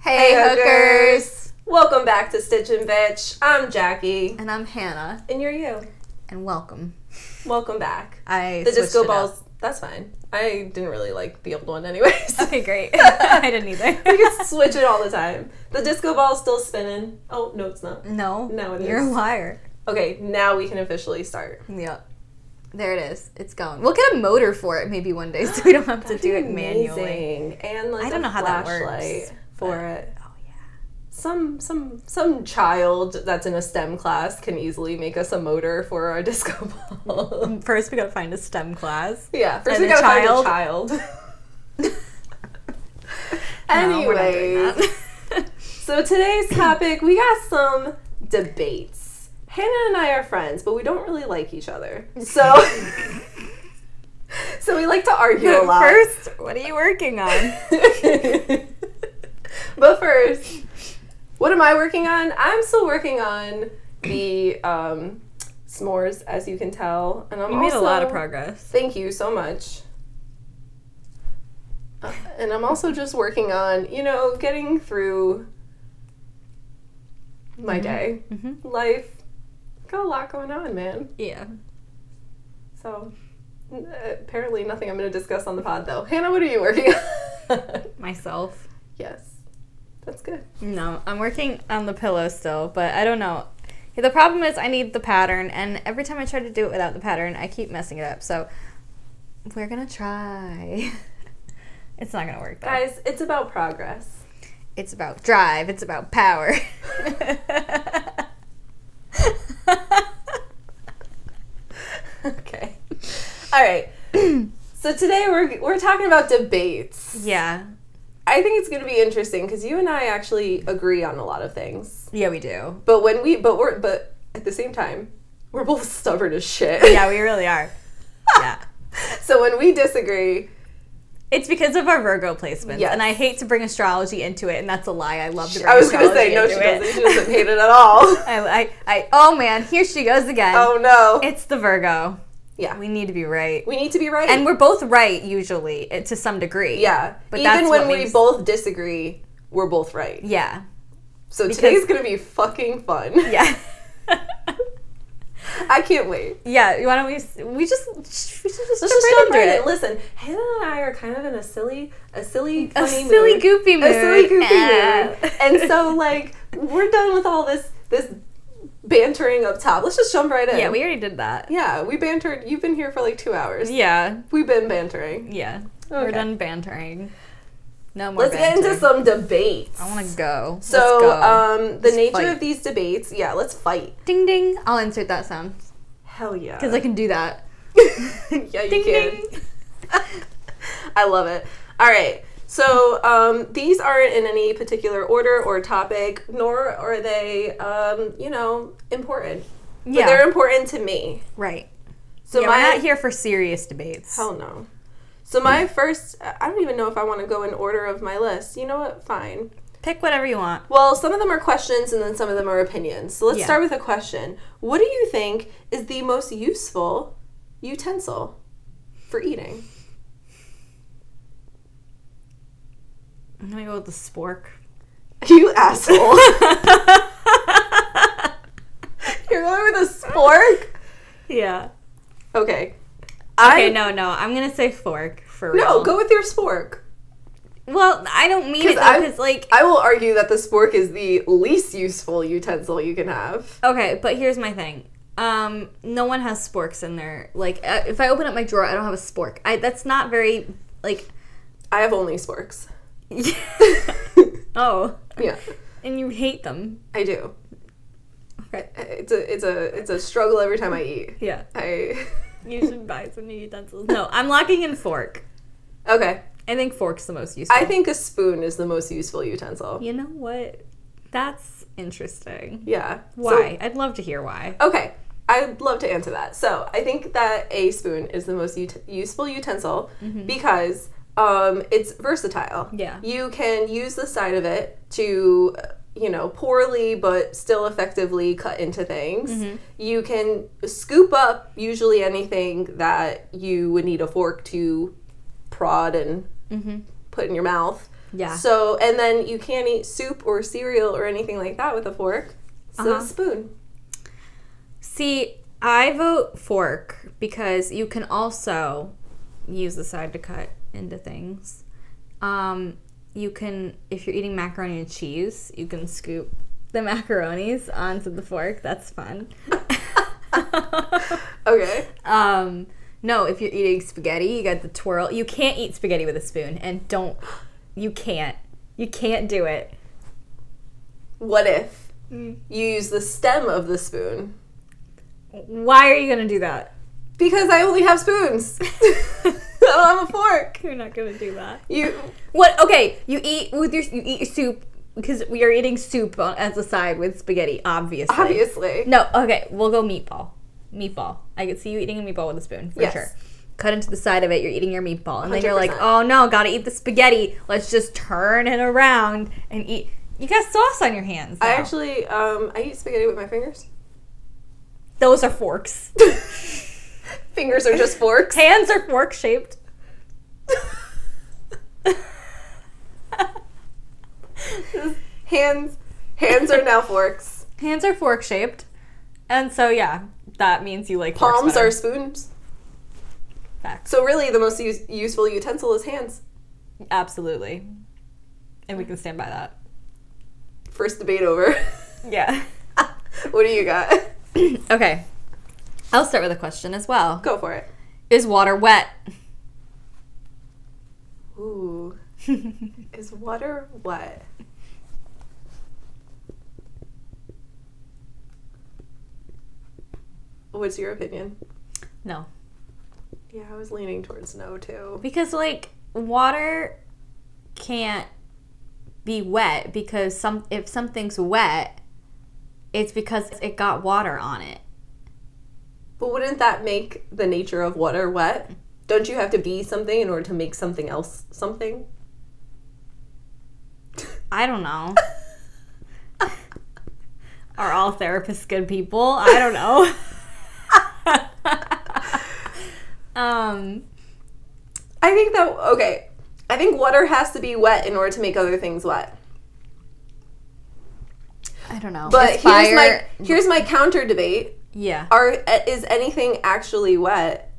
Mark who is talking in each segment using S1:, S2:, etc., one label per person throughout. S1: Hey, hookers.
S2: Welcome back to Stitch and Bitch. I'm Jackie,
S1: And I'm Hannah,
S2: and you're you.
S1: and welcome.
S2: Welcome back.
S1: I
S2: The
S1: switched
S2: disco
S1: it up.
S2: balls. That's fine. I didn't really like the old one, anyways.
S1: Okay, great. I didn't either.
S2: we can switch it all the time. The disco ball's still spinning. Oh no, it's not.
S1: No,
S2: No, it
S1: you're
S2: is.
S1: a liar.
S2: Okay, now we can officially start.
S1: Yep. There it is. It's going. We'll get a motor for it maybe one day, so we don't have to
S2: That'd
S1: do
S2: be
S1: it manually.
S2: amazing. And like
S1: I don't
S2: a
S1: know how that works,
S2: flashlight for it.
S1: Oh yeah.
S2: Some some some child that's in a STEM class can easily make us a motor for our disco ball.
S1: Um, First, we gotta find a STEM class.
S2: yeah, first
S1: And
S2: we
S1: a
S2: gotta
S1: child?
S2: find a child.
S1: No, we're not doing
S2: Anyways.
S1: that.
S2: So today's topic, we got some debates. Hannah and I are friends, but we don't really like each other. So So we like to argue a lot.
S1: First, what are you working on?
S2: but first, what am I working on? I'm still working on the um, s'mores, as you can tell, and I'm
S1: You made a
S2: also-
S1: lot of progress.
S2: Thank you so much. Uh, and I'm also just working on, you know, getting through my day,
S1: Mm-hmm.
S2: life. Got a lot going on, man.
S1: Yeah.
S2: So n- uh, apparently, nothing I'm going to discuss on the pod, though. Hannah, what are you working on?
S1: Myself.
S2: yes, that's good.
S1: No, I'm working on the pillow still, but I don't know. The problem is I need the pattern, and every time I try to do it without the pattern, I keep messing it up. So we're gonna try. it's not gonna work. Though.
S2: Guys, it's about progress.
S1: It's about drive. It's about power.
S2: okay. All right. so today we're we're talking about debates.
S1: yeah,
S2: I think it's going to be interesting because you and I actually agree on a lot of things,
S1: yeah, we do.
S2: but when we but we're but at the same time we're both stubborn as shit.
S1: Yeah, we really are. Yeah.
S2: so when we disagree,
S1: It's because of our Virgo placements,
S2: Yes.
S1: and I hate to bring astrology into it, and that's a lie. I love to bring
S2: I was going to
S1: astrology
S2: say no, she
S1: into it.
S2: doesn't. She doesn't hate it at all.
S1: I, I, I, oh man, here she goes again.
S2: oh no.
S1: It's the Virgo.
S2: Yeah.
S1: We need to be right.
S2: We need to be right.
S1: And we're both right, usually, eh, to some degree.
S2: yeah,
S1: But
S2: even
S1: that's
S2: when
S1: what
S2: we
S1: makes-
S2: both disagree, we're both right.
S1: Yeah.
S2: So today's going to be fucking fun.
S1: Yeah.
S2: I can't wait.
S1: yeah, why don't we, s- we just, we should just,
S2: Let's just jump right in. Listen, Hannah and I are kind of in a silly, a silly,
S1: A
S2: funny
S1: silly
S2: mood.
S1: goopy mood.
S2: a silly goofy
S1: Eh.
S2: mood. And so, like, we're done with all this this bantering up top. Let's just jump right in.
S1: yeah, we already did that.
S2: yeah, we bantered. You've been here for like two hours.
S1: Yeah.
S2: We've been bantering.
S1: Yeah.
S2: Okay.
S1: We're done bantering. No more
S2: Let's
S1: bantering.
S2: get into some debates.
S1: I want to go.
S2: so,
S1: Let's go.
S2: um, the
S1: Let's
S2: nature
S1: fight.
S2: of these debates. Yeah, let's fight.
S1: ding ding. I'll insert that sound
S2: Hell yeah.
S1: because I can do that.
S2: yeah, Uh, you
S1: Ding
S2: can.
S1: ding.
S2: I love it. All right. So um, these aren't in any particular order or topic, nor are they, um, you know, important. But
S1: Yeah.
S2: they're important to me.
S1: Right.
S2: So
S1: yeah,
S2: my
S1: we're not here for serious debates.
S2: hell no. So my
S1: Mm.
S2: first, I don't even know if I want to go in order of my list. You know what? Fine.
S1: Pick whatever you want.
S2: Well, some of them are questions, and then some of them are opinions. So let's
S1: Yeah.
S2: start with a question. What do you think is the most useful utensil for eating?
S1: I'm gonna go with the spork.
S2: You asshole. You're going with a spork?
S1: yeah.
S2: Okay. I
S1: Okay, no, no. I'm gonna say fork for real.
S2: No, go with your spork.
S1: Well, I don't mean it
S2: 'Cause I-
S1: though, because like,
S2: I will argue that the spork is the least useful utensil you can have.
S1: okay, but here's my thing. Um, no one has sporks in there. Like, uh, if I open up my drawer, I don't have a spork. I that's not very like.
S2: I have only sporks.
S1: oh,
S2: Yeah,
S1: and you hate them.
S2: I do.
S1: Okay.
S2: It's a it's a it's a struggle every time I eat.
S1: Yeah.
S2: I
S1: You should buy some new utensils. No, I'm locking in fork.
S2: Okay.
S1: I think fork's the most useful.
S2: I think a spoon is the most useful utensil.
S1: You know what? That's interesting.
S2: Yeah. So-
S1: Why? I'd love to hear why.
S2: Okay, I'd love to answer that. So I think that a spoon is the most ut- useful utensil because um, it's versatile.
S1: Mm-hmm. Yeah.
S2: you can use the side of it to uh, you know poorly but still effectively cut into things.
S1: Mm-hmm.
S2: You can scoop up usually anything that you would need a fork to prod and put in your mouth.
S1: Mm-hmm. Yeah.
S2: So, and then you can't eat soup or cereal or anything like that with a fork. So,
S1: Uh-huh.
S2: spoon.
S1: See, I vote fork because you can also use the side to cut into things. Um, you can, if you're eating macaroni and cheese, you can scoop the macaronis onto the fork. That's fun.
S2: Okay.
S1: um, no, if you're eating spaghetti, you got the twirl. You can't eat spaghetti with a spoon, and don't. You can't. You can't do it.
S2: What if you use the stem of the spoon?
S1: Why are you gonna do that?
S2: Because I only have spoons. I don't have a fork.
S1: You're not gonna do that.
S2: You
S1: What? Okay, you eat with your you eat your soup because we are eating soup on- as a side with spaghetti, obviously.
S2: obviously.
S1: No, okay, we'll go meatball. Meatball. I could see you eating a meatball with a spoon for
S2: Yes.
S1: sure. Cut into the side of it. You're eating your meatball, and then you are like,
S2: 100%.
S1: "Oh no, gotta eat the spaghetti. Let's just turn it around and eat." You got sauce on your hands.
S2: I
S1: now.
S2: actually um I eat spaghetti with my fingers.
S1: Those are forks.
S2: Fingers are just forks.
S1: Hands are fork shaped.
S2: Hands hands are now forks.
S1: Hands are fork shaped, and so yeah, that means you like forks
S2: Palms
S1: better.
S2: are spoons.
S1: Facts.
S2: So really the most use- useful utensil is hands.
S1: Absolutely. And we can stand by that.
S2: First debate over.
S1: Yeah.
S2: what do you got?
S1: okay. I'll start with a question as well.
S2: Go for it.
S1: Is water wet?
S2: Ooh. Is water wet? What's your opinion?
S1: no.
S2: Yeah, I was leaning towards no too.
S1: Because, like, water can't be wet because some if something's wet, it's because it got water on it.
S2: But wouldn't that make the nature of water wet? Don't you have to be something in order to make something else something?
S1: I don't know. Are all therapists good people? I don't know. um,
S2: I think that okay. I think water has to be wet in order to make other things wet.
S1: I don't know.
S2: But
S1: Is
S2: here's my here's my counter debate.
S1: yeah.
S2: Are uh, is anything actually wet?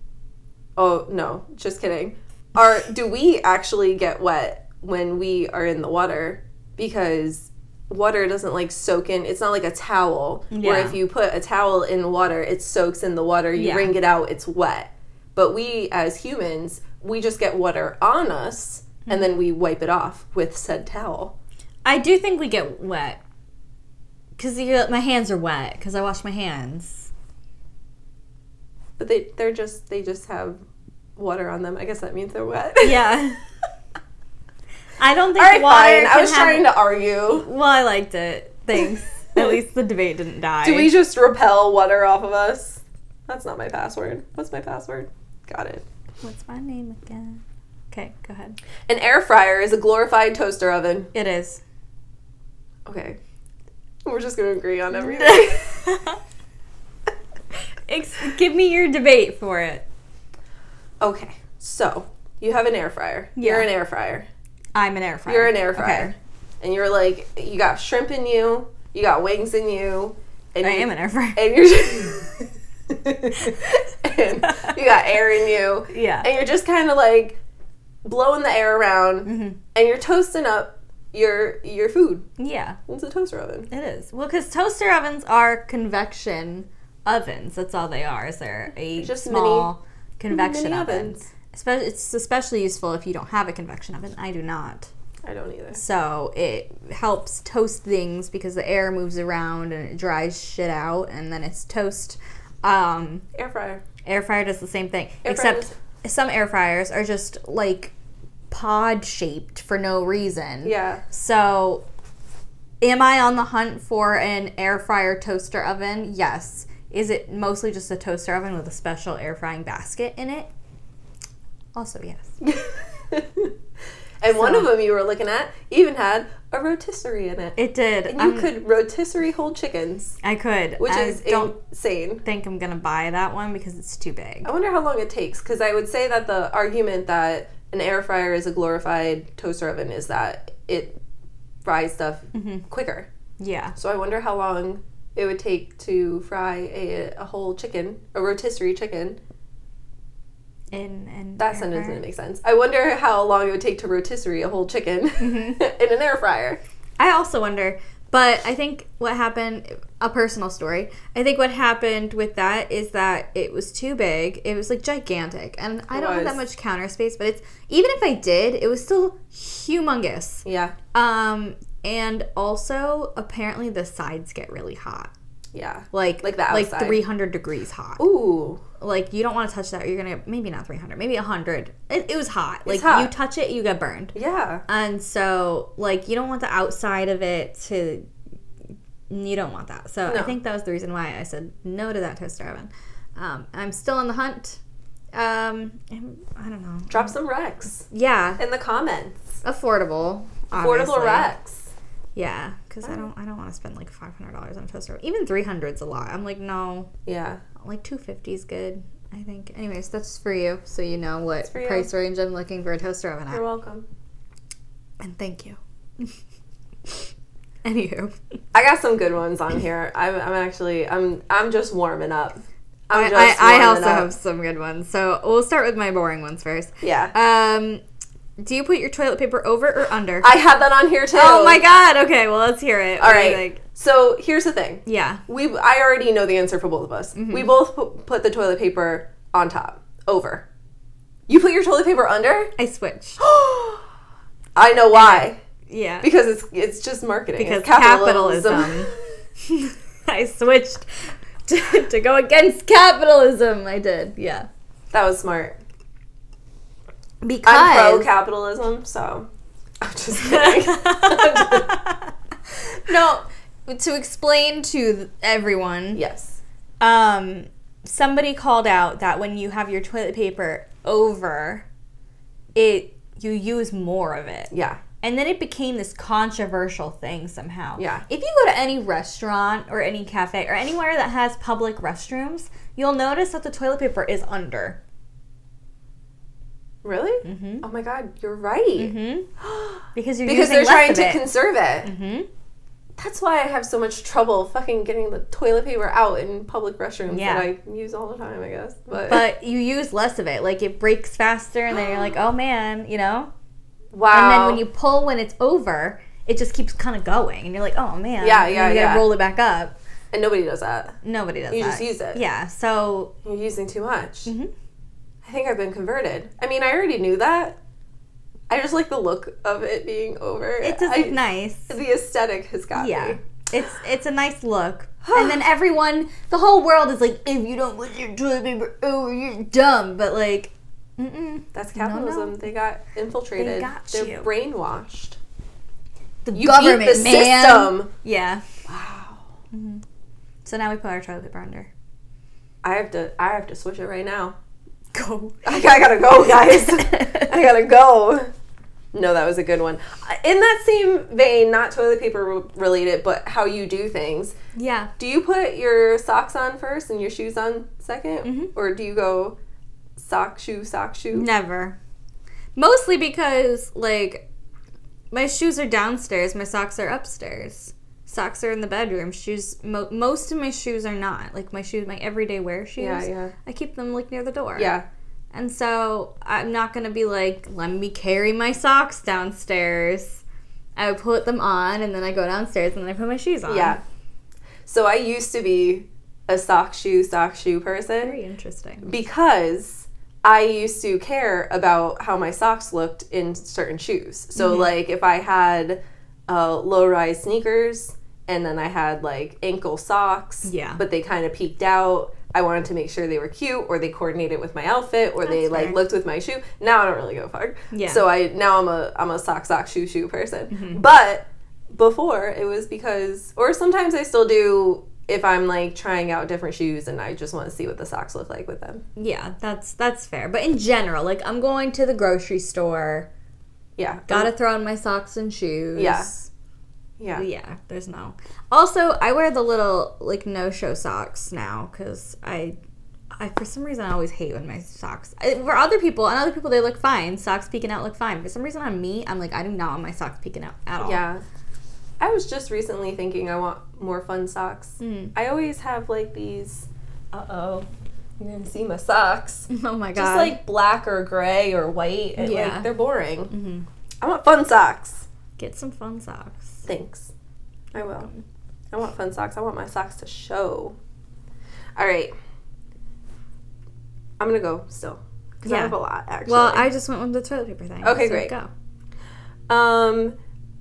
S2: Oh no, just kidding. Are do we actually get wet when we are in the water? Because water doesn't like soak in. It's not like a towel where
S1: Yeah.
S2: if you put a towel in water, it soaks in the water. You
S1: Yeah.
S2: wring it out, it's wet. But we as humans, we just get water on us and then we wipe it off with said towel.
S1: I do think we get wet because my hands are wet because I wash my hands.
S2: But they they're just they just have water on them. I guess that means they're wet.
S1: Yeah. I don't think
S2: All right,
S1: water.
S2: fine.
S1: Can
S2: I was
S1: have-
S2: trying to argue.
S1: Well, I liked it. Thanks. At least the debate didn't die.
S2: Do we just repel water off of us? That's not my password. What's my password? Got it.
S1: What's my name again? Okay, go ahead.
S2: An air fryer is a glorified toaster oven.
S1: It is.
S2: Okay. We're just gonna agree on everything.
S1: Ex- give me your debate for it.
S2: okay. So you have an air fryer. You're
S1: Yeah.
S2: an air fryer.
S1: I'm an air fryer.
S2: You're an air
S1: Okay.
S2: fryer. And you're like you got shrimp in you, you got wings in you, and
S1: I
S2: you-
S1: am an air fryer.
S2: and you're and you got air in you.
S1: Yeah.
S2: And you're just kind of like blowing the air around
S1: Mm-hmm.
S2: and you're toasting up your your food.
S1: Yeah.
S2: It's a toaster oven.
S1: It is. Well, because toaster ovens are convection ovens. That's all they are. Is they're a
S2: Just
S1: small convection
S2: mini
S1: oven.
S2: ovens.
S1: Espe- it's especially useful if you don't have a convection oven. I do not.
S2: I don't either.
S1: So it helps toast things because the air moves around and it dries shit out and then it's toast. Um,
S2: Air fryer.
S1: air fryer does the same thing.
S2: Air fryer
S1: except some air fryers are just like pod shaped for no reason.
S2: Yeah.
S1: So, am I on the hunt for an air fryer toaster oven? Yes. Is it mostly just a toaster oven with a special air frying basket in it? Also, yes.
S2: and one of them you were looking at even had a rotisserie in it.
S1: It did.
S2: And you
S1: I'm-
S2: could rotisserie whole chickens,
S1: I could.
S2: which
S1: Um, I
S2: is
S1: don't
S2: insane.
S1: think I'm gonna buy that one because it's too big.
S2: I wonder how long it takes because I would say that the argument that an air fryer is a glorified toaster oven is that it fries stuff quicker.
S1: Yeah.
S2: So I wonder how long it would take to fry a, a whole chicken, a rotisserie chicken.
S1: In and
S2: That sentence didn't make sense. I wonder how long it would take to rotisserie a whole chicken in an air fryer.
S1: I also wonder, but I think what happened a personal story. I think what happened with that is that it was too big. It was like gigantic. And I
S2: It
S1: don't have that
S2: was.
S1: much counter space, but it's even if I did, it was still humongous.
S2: Yeah,
S1: Um and also apparently the sides get really hot.
S2: yeah.
S1: Like
S2: Like the
S1: like
S2: outside.
S1: 300 degrees hot.
S2: Ooh,
S1: Like you don't want to touch that. You're going to maybe not 300, maybe 100. It, it was hot. Like
S2: hot.
S1: you touch it, you get burned.
S2: yeah.
S1: And so, like, you don't want the outside of it to. You don't want that. So I
S2: No.
S1: think that was the reason why I said no to that toaster oven. Um, I'm still on the hunt. Um, I'm- I don't know.
S2: Drop some Rex
S1: Yeah,
S2: in the comments.
S1: affordable.
S2: Affordable
S1: obviously.
S2: Rex.
S1: Yeah, because I don't. I don't want to spend like five hundred dollars on a toaster. oven. Even three hundred's a lot. I'm like, no,
S2: Yeah.
S1: like two fifty is good. I think. Anyways, that's for you, so you know what
S2: for you.
S1: price range I'm looking for a toaster oven
S2: You're
S1: at.
S2: welcome.
S1: And thank you. Anywho.
S2: I got some good ones on here. I'm, I'm actually I'm I'm just warming up. I'm
S1: I, I, I
S2: warming
S1: also
S2: up.
S1: have some good ones. So we'll start with my boring ones first.
S2: yeah.
S1: Um, do you put your toilet paper over or under?
S2: I had that on here too.
S1: oh my god! Okay, well let's hear it.
S2: All
S1: What do you
S2: right.
S1: think?
S2: So here's the thing.
S1: Yeah.
S2: We I already know the answer for both of us.
S1: Mm-hmm.
S2: We both pu- put the toilet paper on top over. You put your toilet paper under.
S1: I switched.
S2: I know why.
S1: Yeah.
S2: Because it's it's just marketing. It's
S1: Because capitalism. I switched to, to go against capitalism. I did. Yeah.
S2: that was smart.
S1: Because
S2: I'm pro capitalism, so I'm just kidding.
S1: no, to explain to everyone.
S2: yes.
S1: um, somebody called out that when you have your toilet paper over, it you use more of it.
S2: Yeah.
S1: And then it became this controversial thing somehow.
S2: Yeah.
S1: If you go to any restaurant or any cafe or anywhere that has public restrooms, you'll notice that the toilet paper is under.
S2: Really?
S1: Mhm.
S2: Oh my god, you're right.
S1: hmm Because you're
S2: Mm-hmm.
S1: using
S2: Because they're
S1: less
S2: trying
S1: of
S2: to
S1: it.
S2: conserve it.
S1: Mhm.
S2: That's why I have so much trouble fucking getting the toilet paper out in public restrooms
S1: Yeah.
S2: that I use all the time, I guess. But,
S1: But you use less of it. Like it breaks faster, and then you're like, oh man, you know?
S2: wow.
S1: And
S2: Oh.
S1: then when you pull when it's over, it just keeps kind of going, and you're like, oh man,
S2: Yeah,
S1: And
S2: yeah,
S1: then you gotta
S2: yeah.
S1: roll it back up.
S2: and nobody does that.
S1: Nobody does
S2: You
S1: that.
S2: just use it. Mm-hmm.
S1: Yeah. So
S2: You're using too much.
S1: Mhm.
S2: I think I've been converted. I mean, I already knew that. I just like the look of it being over.
S1: it does
S2: I-
S1: look nice.
S2: The aesthetic has got
S1: Yeah.
S2: me.
S1: It's it's a nice look. and then everyone, the whole world is like, if you don't put your toilet paper over, you're dumb. But like, mm-mm.
S2: That's
S1: No, no.
S2: capitalism. They got infiltrated.
S1: They got
S2: They're
S1: you.
S2: brainwashed.
S1: the
S2: You
S1: government
S2: beat the
S1: man.
S2: system.
S1: Yeah. Mm-hmm.
S2: Wow.
S1: So now we put our toilet paper under.
S2: I have to. I have to switch it right now.
S1: Go.
S2: I gotta go, guys. I gotta go. No, that was a good one. Uh, In that same vein, not toilet paper re- related, but how you do things.
S1: Yeah.
S2: Do you put your socks on first and your shoes on 2nd or do you go sock shoe sock shoe?
S1: Never. Mostly because like my shoes are downstairs, my socks are upstairs. Socks are in the bedroom. Shoes. Mo- most of my shoes are not like my shoes, my everyday wear shoes.
S2: Yeah, yeah,
S1: I keep them like near the door.
S2: yeah.
S1: And so I'm not gonna be like, let me carry my socks downstairs. I would put them on and then I go downstairs and then I put my shoes on.
S2: Yeah. So I used to be a sock shoe sock shoe person
S1: Very interesting.
S2: because I used to care about how my socks looked in certain shoes. So
S1: Mm-hmm.
S2: like if I had uh, low rise sneakers and then I had like ankle socks,
S1: Yeah.
S2: but they kind of peeked out. I wanted to make sure they were cute or they coordinated with my outfit or they
S1: That's
S2: like
S1: fair.
S2: looked with my shoe. Now I don't really give a fuck.
S1: Yeah. Mm-hmm.
S2: So I now I'm a I'm a sock sock shoe shoe person. But before it was because or sometimes I still do if I'm like trying out different shoes and I just want to see what the socks look like with them.
S1: Yeah, that's that's fair. But in general, like I'm going to the grocery store.
S2: Yeah.
S1: Gotta throw in my socks and shoes.
S2: Yeah. Yeah.
S1: Yeah, there's no. Also, I wear the little, like, no show socks now because I I, for some reason, I always hate when my socks. I, for other people, and other people, they look fine. Socks peeking out look fine. For some reason, on me, I'm like, I do not want my socks peeking out at all.
S2: Yeah. I was just recently thinking I want more fun socks.
S1: Mm.
S2: I always have like these. Uh oh, you're gonna see my socks.
S1: Oh my god.
S2: Just like black or gray or white. And,
S1: Yeah.
S2: Like they're boring.
S1: Mhm.
S2: I want fun socks.
S1: get some fun socks.
S2: Thanks. I will. I want fun socks. I want my socks to show. All right. I'm gonna go still because I
S1: Yeah.
S2: have a lot actually.
S1: Well, I just went with the toilet paper thing.
S2: Okay,
S1: so
S2: great.
S1: Go.
S2: Um,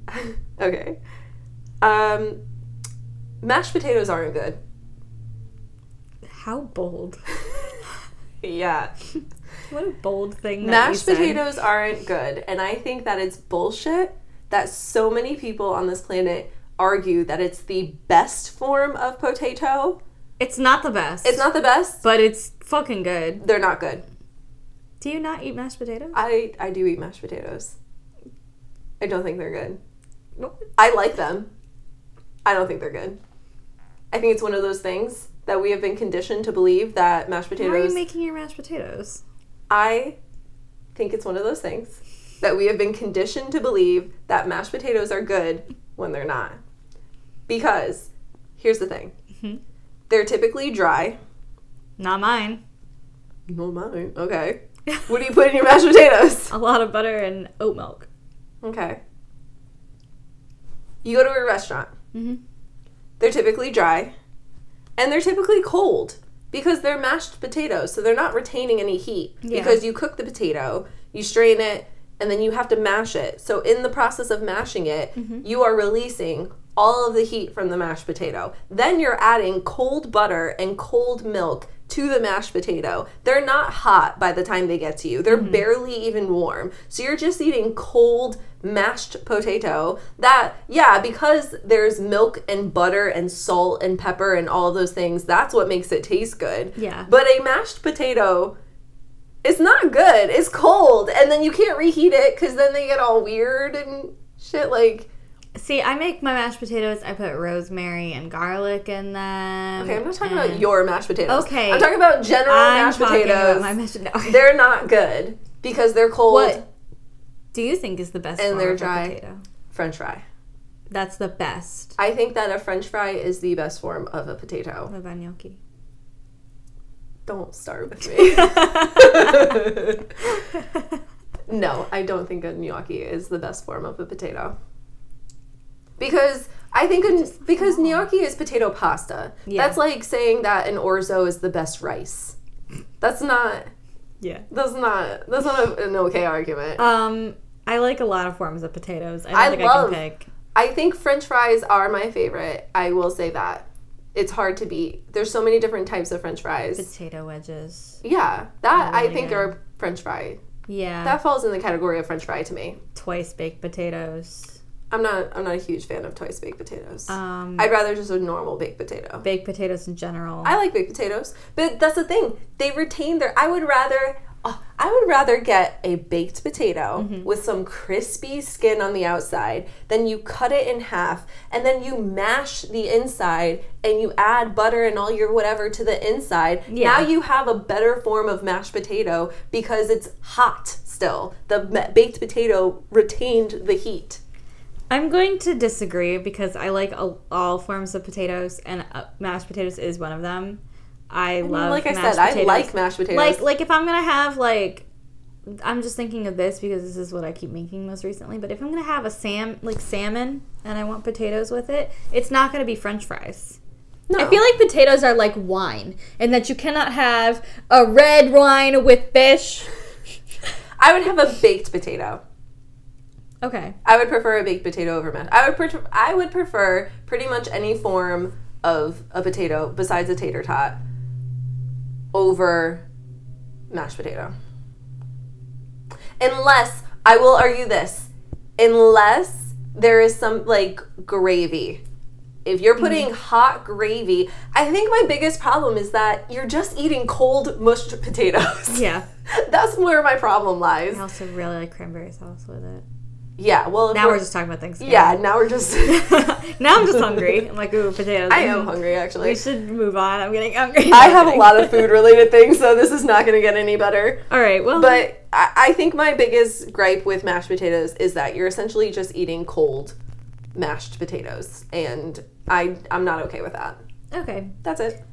S2: okay. Um, mashed potatoes aren't good.
S1: How bold?
S2: yeah.
S1: What a bold thing. That
S2: Mashed
S1: you said.
S2: potatoes aren't good. And I think that it's bullshit that so many people on this planet argue that it's the best form of potato.
S1: It's not the best.
S2: It's not the best.
S1: but it's fucking good.
S2: They're not good.
S1: Do you not eat mashed potatoes?
S2: I, I do eat mashed potatoes. I don't think they're good.
S1: Nope.
S2: I like them. I don't think they're good. I think it's one of those things that we have been conditioned to believe that mashed
S1: How are
S2: potatoes.
S1: you making your mashed potatoes?
S2: I think it's one of those things that we have been conditioned to believe that mashed potatoes are good when they're not. Because here's the thing
S1: Mhm.
S2: they're typically dry.
S1: Not mine.
S2: No, mine. Okay. What do you put in your mashed potatoes?
S1: A lot of butter and oat milk.
S2: Okay. You go to a restaurant.
S1: Mm-hmm.
S2: They're typically dry and they're typically cold because they're mashed potatoes, so they're not retaining any heat
S1: Yeah.
S2: because you cook the potato, you strain it, and then you have to mash it. So in the process of mashing it, you are releasing all of the heat from the mashed potato. Then you're adding cold butter and cold milk to the mashed potato. They're not hot by the time they get to you. They're barely even warm. So you're just eating cold mashed potato that yeah, because there's milk and butter and salt and pepper and all of those things, that's what makes it taste good.
S1: Yeah.
S2: But a mashed potato it's not good. It's cold, and then you can't reheat it because then they get all weird and shit. Like,
S1: See, I make my mashed potatoes. I put rosemary and garlic in them.
S2: okay, I'm not talking
S1: and-
S2: about your mashed potatoes.
S1: Okay.
S2: I'm talking about general
S1: I'm
S2: mashed
S1: talking about
S2: potatoes.
S1: my mashed- no.
S2: They're not good because they're cold.
S1: What do you think is the best?
S2: And
S1: form
S2: they're
S1: of a
S2: dry.
S1: Potato?
S2: French fry.
S1: That's the best.
S2: I think that a French fry is the best form of a potato.
S1: What about gnocchi?
S2: Don't start with me. no, I don't think a gnocchi is the best form of a potato. Because I think a, because gnocchi is potato pasta.
S1: Yeah.
S2: That's like saying that an orzo is the best rice. That's not
S1: yeah.
S2: that's not that's not a, an okay argument.
S1: Um, I like a lot of forms of potatoes. I don't
S2: I
S1: think
S2: love-
S1: I can pick.
S2: I think french fries are my favorite. I will say that. It's hard to beat. There's so many different types of french fries.
S1: Potato wedges.
S2: Yeah, that I
S1: really
S2: think
S1: good.
S2: are french fry.
S1: Yeah.
S2: That falls in the category of french fry to me.
S1: Twice baked potatoes.
S2: I'm not I'm not a huge fan of twice baked potatoes.
S1: Um,
S2: I'd rather just a normal baked potato.
S1: baked potatoes in general.
S2: I like baked potatoes, but that's the thing. They retain their. I would rather. oh, I would rather get a baked potato
S1: Mm-hmm.
S2: with some crispy skin on the outside. Then you cut it in half, and then you mash the inside, and you add butter and all your whatever to the inside.
S1: Yeah.
S2: Now you have a better form of mashed potato because it's hot still. The ma- baked potato retained the heat.
S1: I'm going to disagree because I like a, all forms of potatoes, and uh, mashed potatoes is one of them. I,
S2: I mean,
S1: love.
S2: like I
S1: mashed
S2: said, I
S1: potatoes.
S2: like mashed potatoes.
S1: Like, like if I'm gonna have like, I'm just thinking of this because this is what I keep making most recently. But if I'm gonna have a sam like salmon and I want potatoes with it, it's not gonna be French fries.
S2: no.
S1: I feel like potatoes are like wine, and that you cannot have a red wine with fish.
S2: I would have a baked potato.
S1: okay.
S2: I would prefer a baked potato over mashed. I would prefer I would prefer pretty much any form of a potato besides a tater tot over mashed potato. Unless I will argue this, unless there is some like gravy. If
S1: Mm-hmm.
S2: you're putting hot gravy, I think my biggest problem is that you're just eating cold mushed potatoes.
S1: Yeah.
S2: That's where my problem lies.
S1: I also really like cranberry sauce with it.
S2: Yeah, well, if
S1: Now we're
S2: we're-
S1: just talking about Thanksgiving.
S2: yeah, now we're just.
S1: now I'm just hungry. I'm like, ooh, potatoes.
S2: I am hungry actually.
S1: We should move on. I'm getting hungry.
S2: I have a lot of food related things, so this is not going to get any better.
S1: All right. Well,
S2: But I, I think my biggest gripe with mashed potatoes is that you're essentially just eating cold mashed potatoes, and I I'm not okay with that.
S1: okay.
S2: That's it.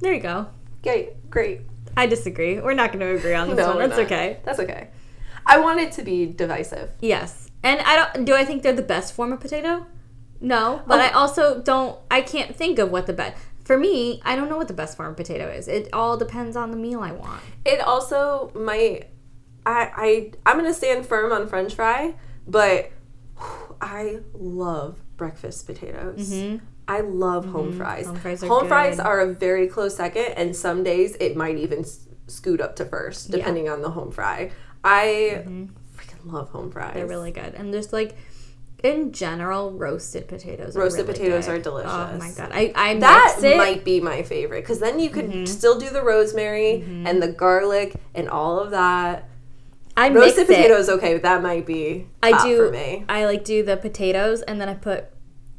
S1: There you go.
S2: Great, great.
S1: I disagree. We're not going to agree on this
S2: No,
S1: one.
S2: we're
S1: That's
S2: not.
S1: okay.
S2: That's okay. I want it to be divisive.
S1: Yes. And I don't. Do I think they're the best form of potato? No. But
S2: Oh.
S1: I also don't. I can't think of what the best. For me, I don't know what the best form of potato is. It all depends on the meal I want.
S2: It also might. I I I'm gonna stand firm on French fry, but whew, I love breakfast potatoes. I love home fries.
S1: Mm-hmm. Home fries are
S2: Home
S1: good.
S2: fries are a very close second, and some days it might even s- scoot up to first, depending on the home fry. I freaking love home fries.
S1: Mm-hmm. They're really good. And just like in general, roasted potatoes. Are
S2: Roasted
S1: really
S2: potatoes
S1: good.
S2: are delicious.
S1: Oh my god. I I
S2: That
S1: mixed it. Mm-hmm.
S2: might be my favorite because then you could still do the rosemary and the garlic and all of that.
S1: I mixed
S2: Roasted
S1: it.
S2: potatoes, okay, but that might be
S1: I
S2: top
S1: do.
S2: for me.
S1: I like do the potatoes, and then I put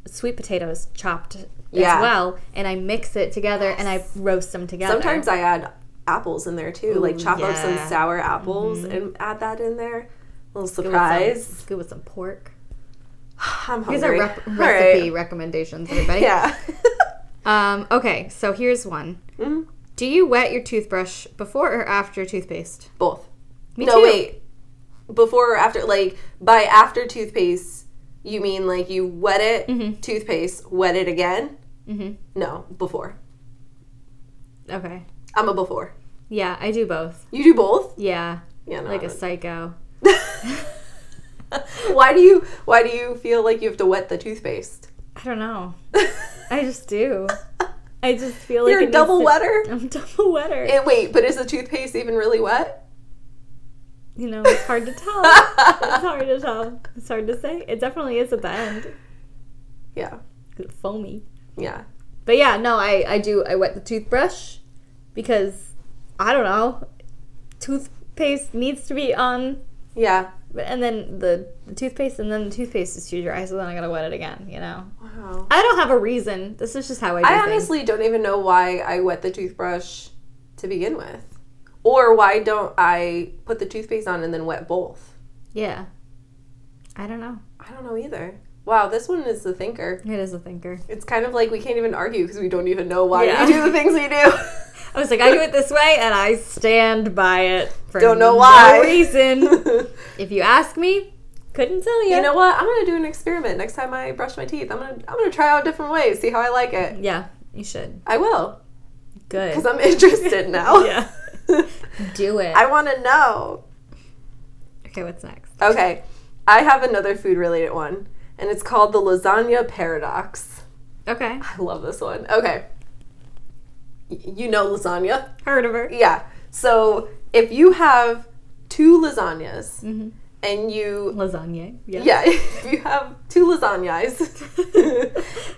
S1: sweet potatoes chopped
S2: Yeah.
S1: as well, and I mix it together and I roast them together.
S2: Sometimes I add apples in there too, like chop up some
S1: yeah.
S2: sour apples and add that in there. Little
S1: Good with some-
S2: surprise.
S1: it's Good with some pork.
S2: I'm hungry.
S1: These are rep-
S2: All
S1: recipe
S2: right.
S1: recommendations, everybody.
S2: Yeah.
S1: Um. Okay. So here's one.
S2: Mhm.
S1: Do you wet your toothbrush before or after toothpaste?
S2: Both.
S1: Me
S2: no,
S1: too.
S2: wait. Before or after? Like by after toothpaste, you mean like you wet it,
S1: Mm-hmm.
S2: toothpaste, wet it again?
S1: Mhm.
S2: No, before.
S1: Okay.
S2: I'm a before.
S1: Yeah, I do both.
S2: You do both?
S1: Yeah,
S2: Yeah, no.
S1: like a
S2: I'm
S1: psycho.
S2: not. why do you why do you feel like you have to wet the toothpaste?
S1: I don't know. I just do. I just feel like
S2: You're
S1: it
S2: a
S1: needs
S2: double
S1: to-
S2: wetter.
S1: I'm double wetter.
S2: And Eh, wait, but is the toothpaste even really wet?
S1: you know, it's hard to tell. it's hard to tell. It's hard to say. It definitely is at the end.
S2: Yeah.
S1: It's foamy.
S2: Yeah.
S1: But yeah, no, I, I do. I wet the toothbrush because, I don't know, toothpaste needs to be on.
S2: Yeah.
S1: But, and then the, the toothpaste, and then the toothpaste is too dry, so then I gotta wet it again, you know?
S2: Wow.
S1: I don't have a reason. This is just how I do
S2: I
S1: things.
S2: honestly don't even know why I wet the toothbrush to begin with. Or why don't I put the toothpaste on and then wet both?
S1: Yeah. I don't know.
S2: I don't know either. Wow, this one is the thinker.
S1: It is a thinker.
S2: It's kind of like we can't even argue because we don't even know why
S1: Yeah.
S2: we do the things we do.
S1: I was like, I do it this way, and I stand by it for
S2: Don't know
S1: no
S2: why.
S1: reason. if you ask me, couldn't tell you.
S2: you know what? I'm gonna do an experiment next time I brush my teeth. I'm gonna I'm gonna try out different ways, see how I like it.
S1: Yeah, you should.
S2: I will
S1: Good.
S2: because I'm interested now.
S1: Yeah. Do it.
S2: I want to know.
S1: okay, what's next?
S2: Okay, I have another food related one, and it's called the lasagna paradox.
S1: Okay.
S2: I love this one. Okay, Y- you know lasagna,
S1: Heard of her.
S2: yeah. So if you have two lasagnas
S1: Mhm.
S2: and you
S1: Lasagna. Yeah.
S2: Yeah, if you have two lasagnas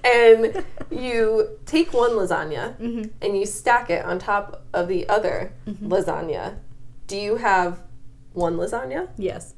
S2: and you take one lasagna
S1: Mhm.
S2: and you stack it on top of the other lasagna, do you have one lasagna?
S1: Yes.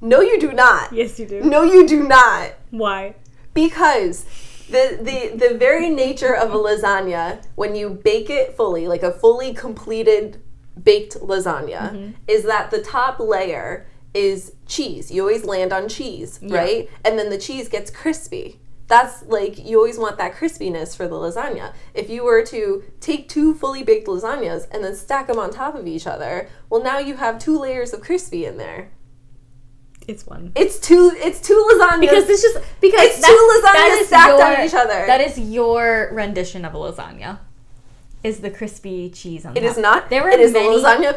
S2: No, you do not.
S1: Yes, you do.
S2: No, you do not.
S1: Why?
S2: Because the, the, the very nature of a lasagna, when you bake it fully, like a fully completed baked lasagna, is that the top layer is cheese. You always land on cheese, right? And then the cheese gets crispy. That's like you always want that crispiness for the lasagna. If you were to take two fully baked lasagnas and then stack them on top of each other, well now you have two layers of crispy in there.
S1: It's one.
S2: It's two it's two lasagnas.
S1: Because it's just because
S2: It's two
S1: that's- that
S2: lasagnas
S1: is
S2: stacked
S1: your-
S2: on each other.
S1: That is your rendition of a lasagna. Is the crispy cheese on
S2: It is not.
S1: There were
S2: it is
S1: many-
S2: the lasagna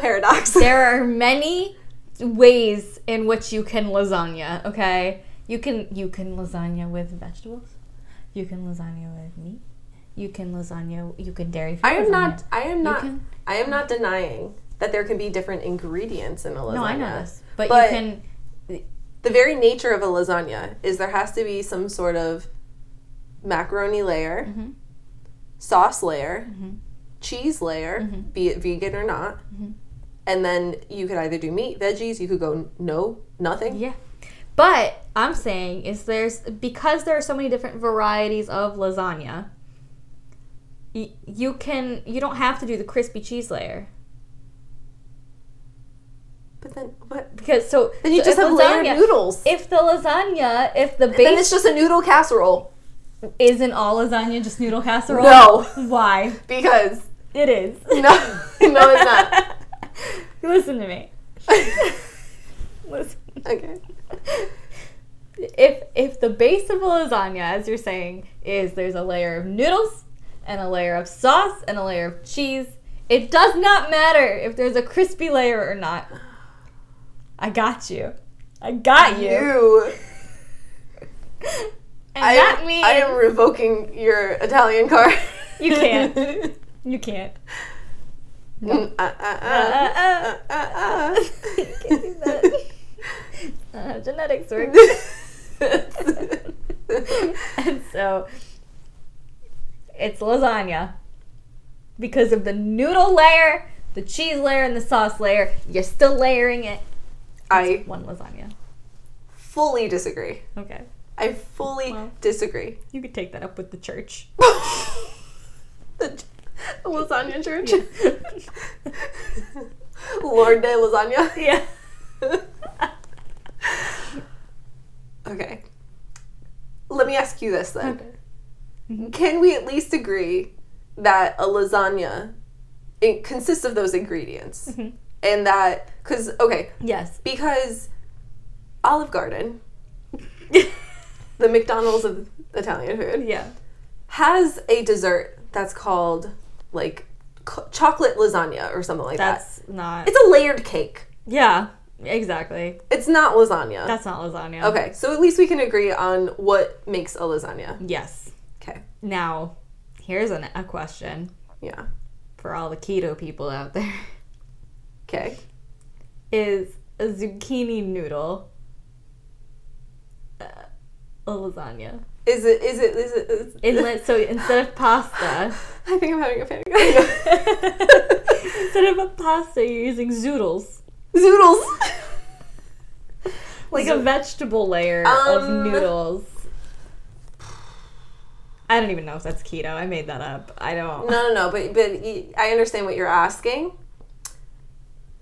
S2: paradox.
S1: there are many ways in which you can lasagna okay you can you can lasagna with vegetables you can lasagna with meat you can lasagna you can dairy free
S2: I am not. I am not.
S1: can-
S2: I am not denying that there can be different ingredients in a lasagna.
S1: no i know this but,
S2: But-
S1: you can
S2: The very nature of a lasagna is there has to be some sort of macaroni layer,
S1: Mhm.
S2: sauce layer,
S1: Mhm.
S2: cheese layer,
S1: Mhm.
S2: be it vegan or not,
S1: Mhm.
S2: and then you could either do meat, veggies. You could go n- no, nothing.
S1: yeah But I'm saying is there's because there are so many different varieties of lasagna. y- You can you don't have to do the crispy cheese layer
S2: But then what?
S1: because so
S2: Then you
S1: so
S2: just
S1: if
S2: have layered noodles.
S1: If the lasagna, if the
S2: then
S1: base
S2: it's just a noodle casserole
S1: isn't all lasagna, just noodle casserole.
S2: No.
S1: why?
S2: because
S1: It is.
S2: no, no, it's not.
S1: Listen to me. Listen.
S2: okay.
S1: If if the base of a lasagna, as you're saying, is there's a layer of noodles and a layer of sauce and a layer of cheese, it does not matter if there's a crispy layer or not. I got you. I got you.
S2: You.
S1: And
S2: I,
S1: that
S2: am-
S1: means
S2: I am revoking your Italian card.
S1: You can't. you can't.
S2: Mm, uh, uh, uh, uh, uh, uh.
S1: You can't do that. Not how Uh, genetics work. and so it's lasagna because of the noodle layer, the cheese layer, and the sauce layer. You're still layering it.
S2: I
S1: One lasagna.
S2: fully disagree.
S1: Okay,
S2: I fully
S1: Well.
S2: disagree.
S1: you could take that up with the church.
S2: the ch- lasagna church. Lord de lasagna.
S1: yeah.
S2: okay. Let me ask you this then. Can we at least agree that a lasagna it consists of those ingredients?
S1: Mhm.
S2: And that cuz okay,
S1: Yes.
S2: because Olive Garden, the McDonald's of Italian food,
S1: yeah.
S2: has a dessert that's called like c- chocolate lasagna or something like that.
S1: That's not.
S2: It's a layered cake.
S1: Yeah. Exactly.
S2: It's not lasagna.
S1: That's not lasagna.
S2: okay, so at least we can agree on what makes a lasagna.
S1: Yes.
S2: Okay.
S1: Now, here's an, a question
S2: Yeah.
S1: for all the keto people out there:
S2: Okay.
S1: Is a zucchini noodle uh, a lasagna?
S2: Is it is it is it is,
S1: Inlet. So instead of pasta,
S2: I think I'm having a panic. attack.
S1: instead of a pasta, you're using zoodles,
S2: Zoodles.
S1: like a vegetable layer
S2: Um.
S1: of noodles. I don't even know if that's keto. I made that up. I don't.
S2: No, no, no. But but y- I understand what you're asking,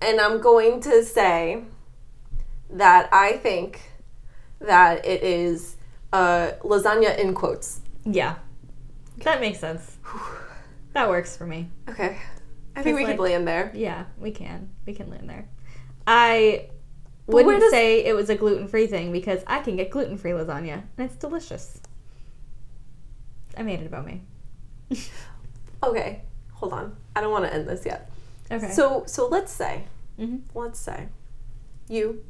S2: and I'm going to say that I think that it is uh, lasagna in quotes.
S1: Yeah, that makes sense. That works for me.
S2: Okay, I
S1: It's
S2: think we
S1: like-
S2: could land there.
S1: Yeah, we can. We can land there. I
S2: But where
S1: wouldn't
S2: does-
S1: say it was a gluten free thing because I can get gluten free lasagna and it's delicious. I made it about me.
S2: Okay, hold on. I don't want to end this yet.
S1: Okay.
S2: So so let's say
S1: Mhm.
S2: let's say you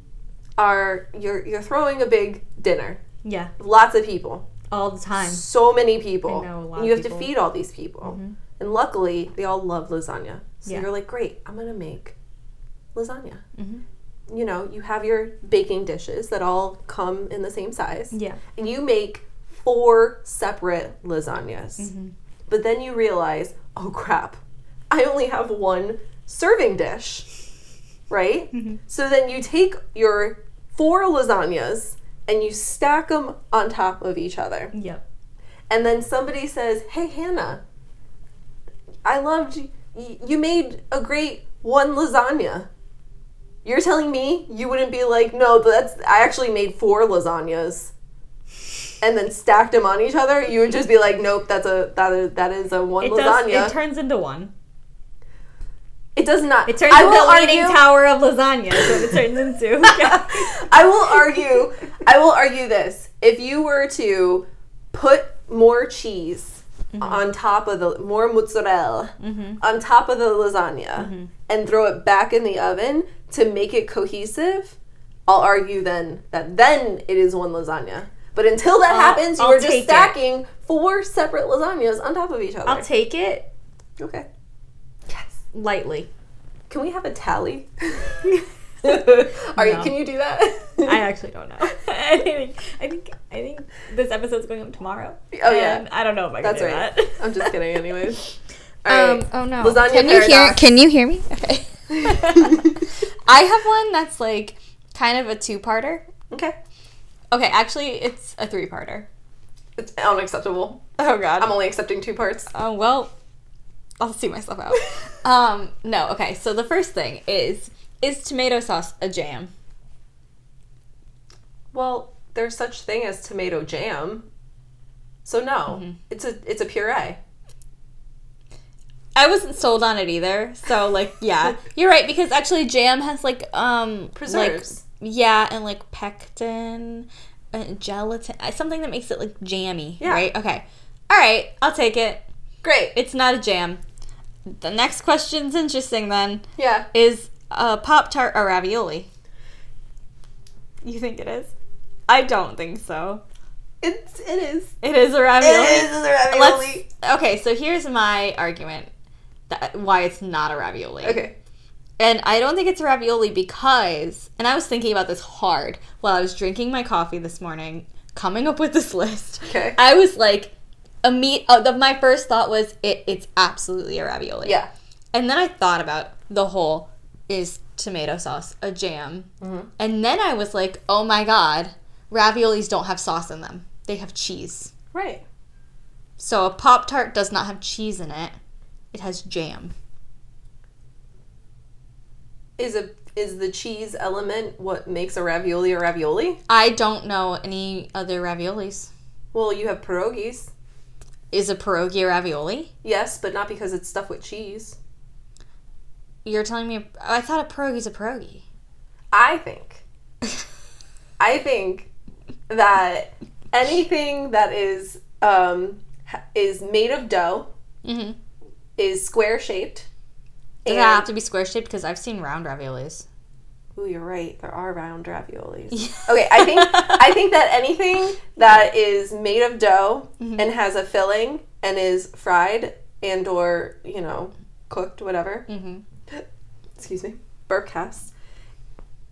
S2: are you're you're throwing a big dinner,
S1: yeah,
S2: lots of people.
S1: all the time.
S2: so many people.
S1: I know a lot
S2: and you
S1: of
S2: have
S1: people. Mm-hmm.
S2: to feed all these people. And luckily, they all love lasagna. So
S1: Yeah.
S2: you're like, great, I'm going to make lasagna.
S1: Mhm.
S2: You know, you have your baking dishes that all come in the same size.
S1: Yeah.
S2: And you make four separate lasagnas.
S1: Mm-hmm.
S2: But then you realize, oh crap, I only have one serving dish, right?
S1: Mm-hmm.
S2: So then you take your four lasagnas and you stack them on top of each other
S1: Yep.
S2: and then somebody says, "Hey Hannah, I loved y- you made a great one lasagna." You're telling me you wouldn't be like, "No, that's I actually made four lasagnas." And then stacked them on each other, you would just be like, "Nope, that's a that is, that is a one
S1: It
S2: lasagna."
S1: does. It turns into one.
S2: it does not.
S1: It turns
S2: I
S1: into
S2: will
S1: a leaning
S2: argue-
S1: tower of lasagna. So it turns into.
S2: I will argue. I will argue this. If you were to put more cheese
S1: Mm-hmm.
S2: on top of the more mozzarella on top of the lasagna
S1: Mm-hmm.
S2: and throw it back in the oven to make it cohesive, I'll argue then that then it is one lasagna. But until that happens, you
S1: I'll
S2: are just
S1: take it.
S2: stacking four separate lasagnas on top of each other.
S1: I'll take it
S2: okay. Yes.
S1: lightly.
S2: Can we have a tally? Are you?
S1: No.
S2: Can you do that?
S1: I actually don't know. I think I think I think this episode's going up tomorrow.
S2: Oh, yeah.
S1: And I don't know if I can
S2: That's
S1: do
S2: right.
S1: that.
S2: I'm just kidding, anyways.
S1: Um,
S2: Alright.
S1: oh no.
S2: Lasagna
S1: can you hear
S2: paradox.
S1: can you hear me? Okay. I have one that's like kind of a two-parter.
S2: okay.
S1: Okay, actually, it's a three-parter.
S2: It's unacceptable.
S1: Oh God.
S2: I'm only accepting two parts.
S1: Oh well, I'll see myself out. um, no, okay. So the first thing is is tomato sauce a jam?
S2: Well, there's such thing as tomato jam. So no,
S1: Mm-hmm.
S2: it's a it's a puree.
S1: I wasn't sold on it either. So like, yeah, you're right because actually jam has like um
S2: Preserves.
S1: like yeah, and like pectin, and gelatin, uh, something that makes it like jammy,
S2: Yeah.
S1: right? Okay. All right, I'll take it.
S2: Great.
S1: It's not a jam. The next question's interesting then.
S2: Yeah.
S1: Is a Pop Tart a ravioli? You think it is? I don't think so.
S2: It's it is.
S1: It is a ravioli.
S2: a ravioli.
S1: Let's, okay, so here's my argument that, why it's not a ravioli.
S2: Okay.
S1: And I don't think it's a ravioli because, and I was thinking about this hard while I was drinking my coffee this morning, coming up with this list.
S2: Okay.
S1: I was like, imme- uh, the, my first thought was, it, it's absolutely a ravioli.
S2: Yeah.
S1: And then I thought about the whole is tomato sauce a jam?
S2: Mm-hmm.
S1: And then I was like, oh my god, raviolis don't have sauce in them. They have cheese.
S2: Right.
S1: So a Pop Tart does not have cheese in it, it has jam.
S2: Is a is the cheese element what makes a ravioli a ravioli?
S1: I don't know any other raviolis.
S2: Well, you have pierogies.
S1: Is a pierogi a ravioli?
S2: Yes, but not because it's stuffed with cheese.
S1: You're telling me, I thought a pierogi's a pierogi.
S2: I think I think that anything that is um, ha- is made of dough
S1: mm-hmm.
S2: is square shaped.
S1: Does it have to be square shaped? Because I've seen round raviolis.
S2: Ooh, you're right. There are round raviolis. Okay, I think I think that anything that is made of dough and has a filling and is fried and or you know cooked, whatever.
S1: hmm
S2: Excuse me, burp cast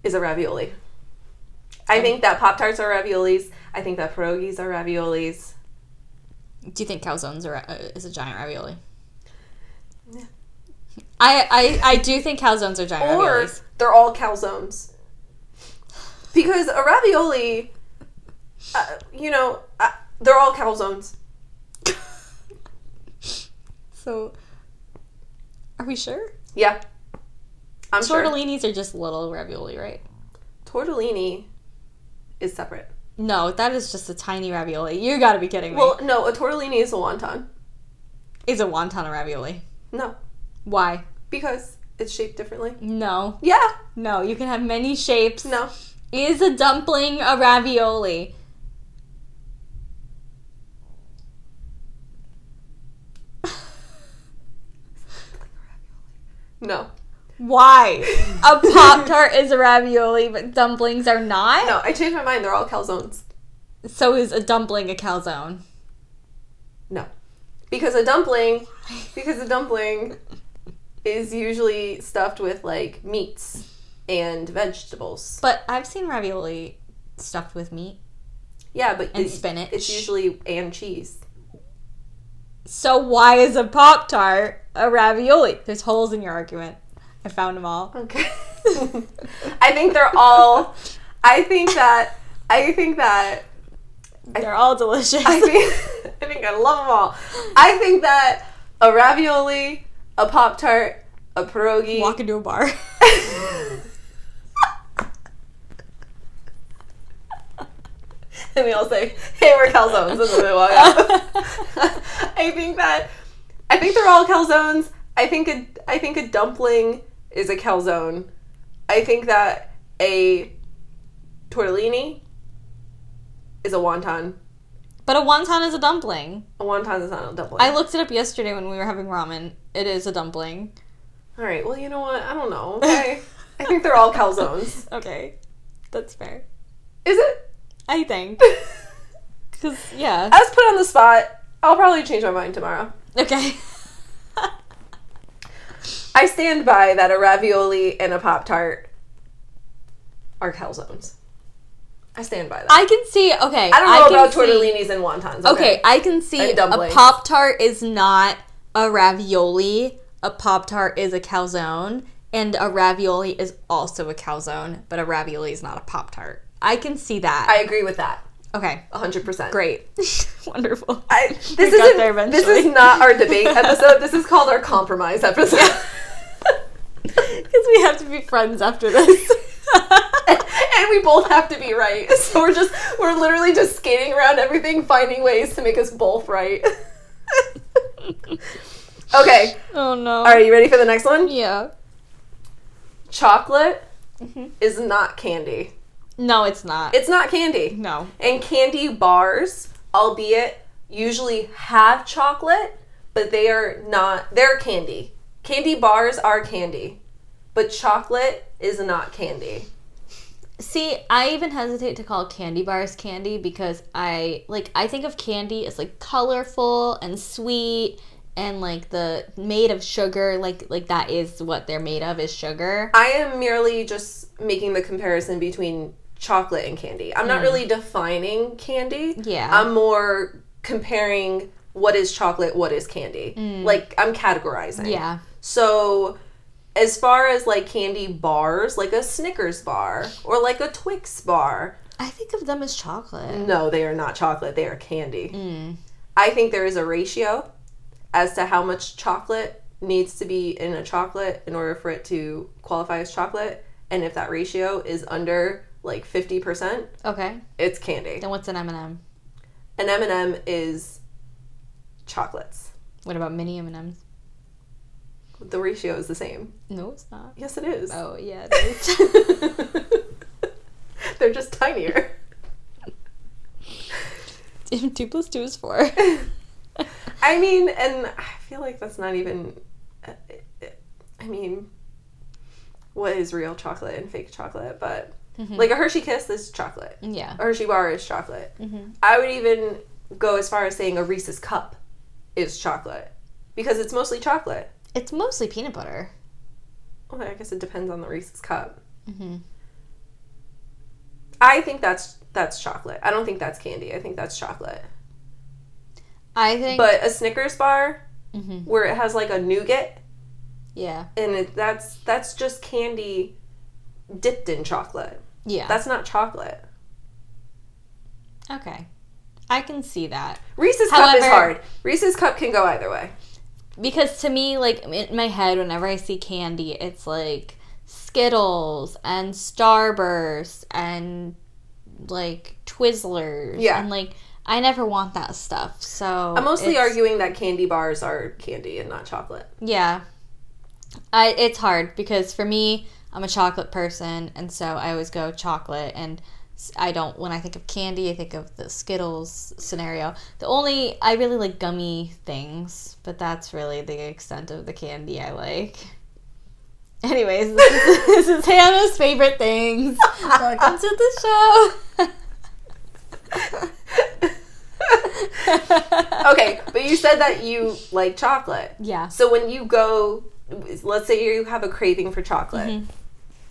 S2: is a ravioli. I think that pop tarts are raviolis. I think that pierogies are raviolis.
S1: Do you think calzones are uh, is a giant ravioli? I, I I do think calzones are giant
S2: or
S1: raviolis.
S2: they're all calzones. Because a ravioli, uh, you know, uh, they're all calzones.
S1: So, are we sure?
S2: Yeah, I'm sure.
S1: Tortellinis are just little ravioli, right?
S2: Tortellini is separate.
S1: No, that is just a tiny ravioli. You gotta be kidding me.
S2: Well, no, a tortellini is a wonton.
S1: is a wonton a ravioli?
S2: No,
S1: Why?
S2: because it's shaped differently.
S1: No,
S2: Yeah,
S1: no. You can have many shapes.
S2: no,
S1: Is a dumpling a ravioli?
S2: no,
S1: Why? A pop tart is a ravioli, but dumplings are not.
S2: no. I changed my mind. They're all calzones.
S1: So is a dumpling a calzone?
S2: No, because a dumpling, because a dumpling is usually stuffed with like meats and vegetables.
S1: But I've seen ravioli stuffed with meat.
S2: Yeah, but
S1: And
S2: it-
S1: spinach.
S2: It's usually and cheese.
S1: So why is a Pop Tart a ravioli? There's holes in your argument. I found them all.
S2: Okay. I think they're all. I think that. I think that.
S1: They're all delicious.
S2: I think. I think I love them all. I think that a ravioli, a pop tart, a pierogi.
S1: Walk into a bar.
S2: and we all say, "Hey, we're calzones." That's what we walk out. I think that. I think they're all calzones. I think a. I think a dumpling is a calzone. I think that a tortellini is a wonton.
S1: but a wonton is a dumpling.
S2: A wonton is not a dumpling.
S1: I looked it up yesterday when we were having ramen. It is a dumpling.
S2: all right. Well, you know what? I don't know. Okay. I think they're all calzones.
S1: Okay. That's fair.
S2: Is it?
S1: I think. Because, yeah.
S2: I was put on the spot. I'll probably change my mind tomorrow.
S1: Okay.
S2: I stand by that a ravioli and a pop tart are calzones. I stand by that. I,
S1: I can see. Okay.
S2: don't know
S1: can
S2: about
S1: see-
S2: tortellinis and wontons.
S1: Okay, I can see
S2: And
S1: a
S2: dumplings.
S1: Pop Tart is not a ravioli. A Pop Tart is a calzone. And a ravioli is also a calzone, but a ravioli is not a Pop Tart. I can see that.
S2: I agree with that.
S1: okay.
S2: 100%.
S1: Great. Wonderful.
S2: I,
S1: We
S2: this
S1: got
S2: is
S1: there
S2: this is
S1: eventually.
S2: not our debate episode. This is called our compromise episode.
S1: Because we have to be friends after this.
S2: and we both have to be right. So we're just we're literally just skating around everything, finding ways to make us both right. okay.
S1: oh no.
S2: Are you ready for the next one?
S1: Yeah.
S2: Chocolate
S1: Mhm.
S2: is not candy.
S1: No, it's not.
S2: It's not candy.
S1: no.
S2: And candy bars, albeit usually have chocolate, but they are not, they're candy. Candy bars are candy, but chocolate is not candy.
S1: See, I even hesitate to call candy bars candy because I like I think of candy as like colorful and sweet and like the made of sugar, like like that is what they're made of is sugar.
S2: I am merely just making the comparison between chocolate and candy. I'm not really defining candy.
S1: Yeah.
S2: I'm more comparing what is chocolate, what is candy. Like, I'm categorizing.
S1: Yeah.
S2: So, as far as like candy bars, like a Snickers bar or like a Twix bar,
S1: I think of them as chocolate.
S2: no, they are not chocolate, they are candy.
S1: Mm.
S2: I think there is a ratio as to how much chocolate needs to be in a chocolate in order for it to qualify as chocolate. And if that ratio is under like 50%,
S1: Okay.
S2: it's candy.
S1: Then what's an M&M?
S2: An M&M is chocolates.
S1: What about mini M&Ms?
S2: The ratio is the same.
S1: No, it's not.
S2: Yes, it is.
S1: Oh, yeah. it is.
S2: They're just tinier.
S1: If 2 plus 2 is 4.
S2: I mean, and I feel like that's not even. uh, I mean, what is real chocolate and fake chocolate? But like a Hershey kiss is chocolate.
S1: yeah.
S2: A Hershey bar is chocolate.
S1: Mhm.
S2: I would even go as far as saying a Reese's cup is chocolate because it's mostly chocolate.
S1: It's mostly peanut butter.
S2: Well, I guess it depends on the Reese's cup.
S1: Mm-hmm.
S2: I think that's that's chocolate. I don't think that's candy. I think that's chocolate.
S1: I think
S2: But a Snickers bar
S1: Mhm.
S2: where it has like a nougat
S1: yeah.
S2: and it, that's that's just candy dipped in chocolate.
S1: Yeah.
S2: That's not chocolate.
S1: okay. I can see that.
S2: Reese's cup is
S1: However-
S2: hard. Reese's cup can go either way.
S1: because to me like in my head whenever i see candy it's like skittles and starburst and like twizzlers
S2: Yeah.
S1: and like i never want that stuff so
S2: I'm mostly
S1: it's-
S2: arguing that candy bars are candy and not chocolate.
S1: yeah i it's hard because for me i'm a chocolate person and so i always go chocolate and s- i don't when i think of candy i think of the skittles scenario the only i really like gummy things but that's really the extent of the candy i like anyways this is, this is hannah's favorite things welcome to the show
S2: okay, but you said that you like chocolate.
S1: yeah
S2: So when you go, let's say you have a craving for chocolate,
S1: Mm-hmm.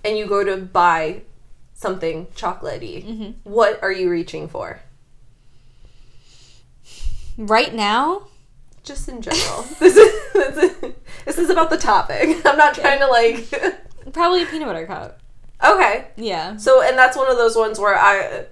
S2: and you go to buy something chocolatey,
S1: Mm-hmm.
S2: what are you reaching for?
S1: right now
S2: Just in general. this, is, this is this is about the topic. I'm not trying to like.
S1: probably a peanut butter cup
S2: okay,
S1: yeah
S2: So, and that's one of those ones where I,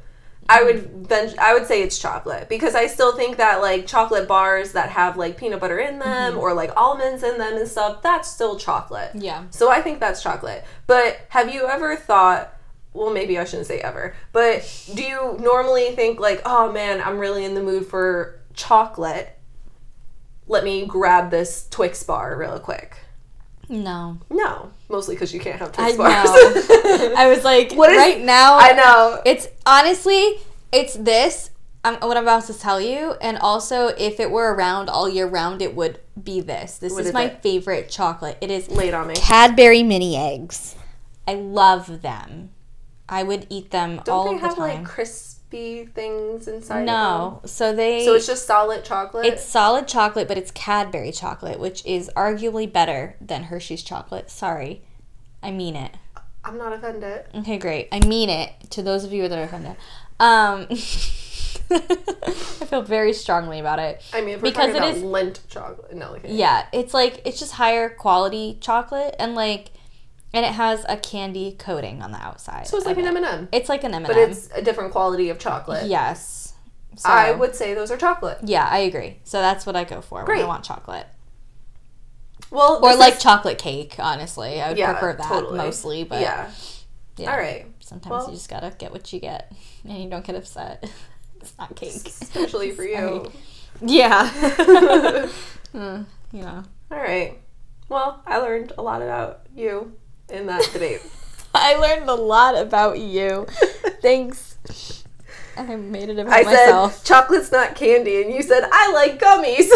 S2: I would bench, I would say it's chocolate because I still think that like chocolate bars that have like peanut butter in them
S1: Mm-hmm.
S2: or like almonds in them and stuff, that's still chocolate.
S1: yeah
S2: So I think that's chocolate. But have you ever thought? Well, maybe I shouldn't say ever, but do you normally think like, oh man, I'm really in the mood for chocolate? Let me grab this Twix bar real quick.
S1: no
S2: No, mostly because you can't have
S1: I
S2: Twix bars.
S1: know. I was like,
S2: What is-
S1: right now,
S2: I know.
S1: it's honestly, it's this. Um, what I'm about to tell you, and also if it were around all year round, it would be this. This
S2: What
S1: is
S2: is
S1: my
S2: it?
S1: favorite chocolate. It is
S2: Late on me.
S1: Cadbury mini eggs. I love them. I would eat them all
S2: Don't they
S1: of the
S2: have like
S1: time.
S2: crispy things inside? of
S1: no, so they
S2: them? So it's just solid chocolate.
S1: It's solid chocolate, but it's Cadbury chocolate, which is arguably better than Hershey's chocolate. Sorry, I mean it.
S2: I'm not offended.
S1: Okay, great. I mean it to those of you that are offended. Um, I feel very strongly about it.
S2: I mean, if we're
S1: Because
S2: talking
S1: it
S2: about
S1: is-
S2: lint chocolate, no, like,
S1: Yeah, it's like it's just higher quality chocolate, and like and it has a candy coating on the outside.
S2: So it's like
S1: of
S2: an
S1: it.
S2: M and M,
S1: It's like an M&M.
S2: but it's a different quality of chocolate.
S1: yes. So,
S2: I would say those are chocolate.
S1: Yeah, I agree. So that's what I go for when
S2: Great.
S1: I want chocolate.
S2: Well,
S1: Or
S2: this
S1: like
S2: is-
S1: chocolate cake, honestly. I would
S2: Yeah,
S1: prefer that
S2: totally.
S1: mostly, but
S2: yeah.
S1: yeah.
S2: All right.
S1: Sometimes
S2: Well-
S1: you just gotta get what you get, and you don't get upset. it's not cake,
S2: Especially for
S1: Sorry.
S2: you.
S1: Yeah.
S2: All
S1: Mm, you know,
S2: right. Well, I learned a lot about you in that debate.
S1: I learned a lot about you. Thanks. I made it about
S2: I said
S1: myself.
S2: chocolate's not candy, and you said I like gummies.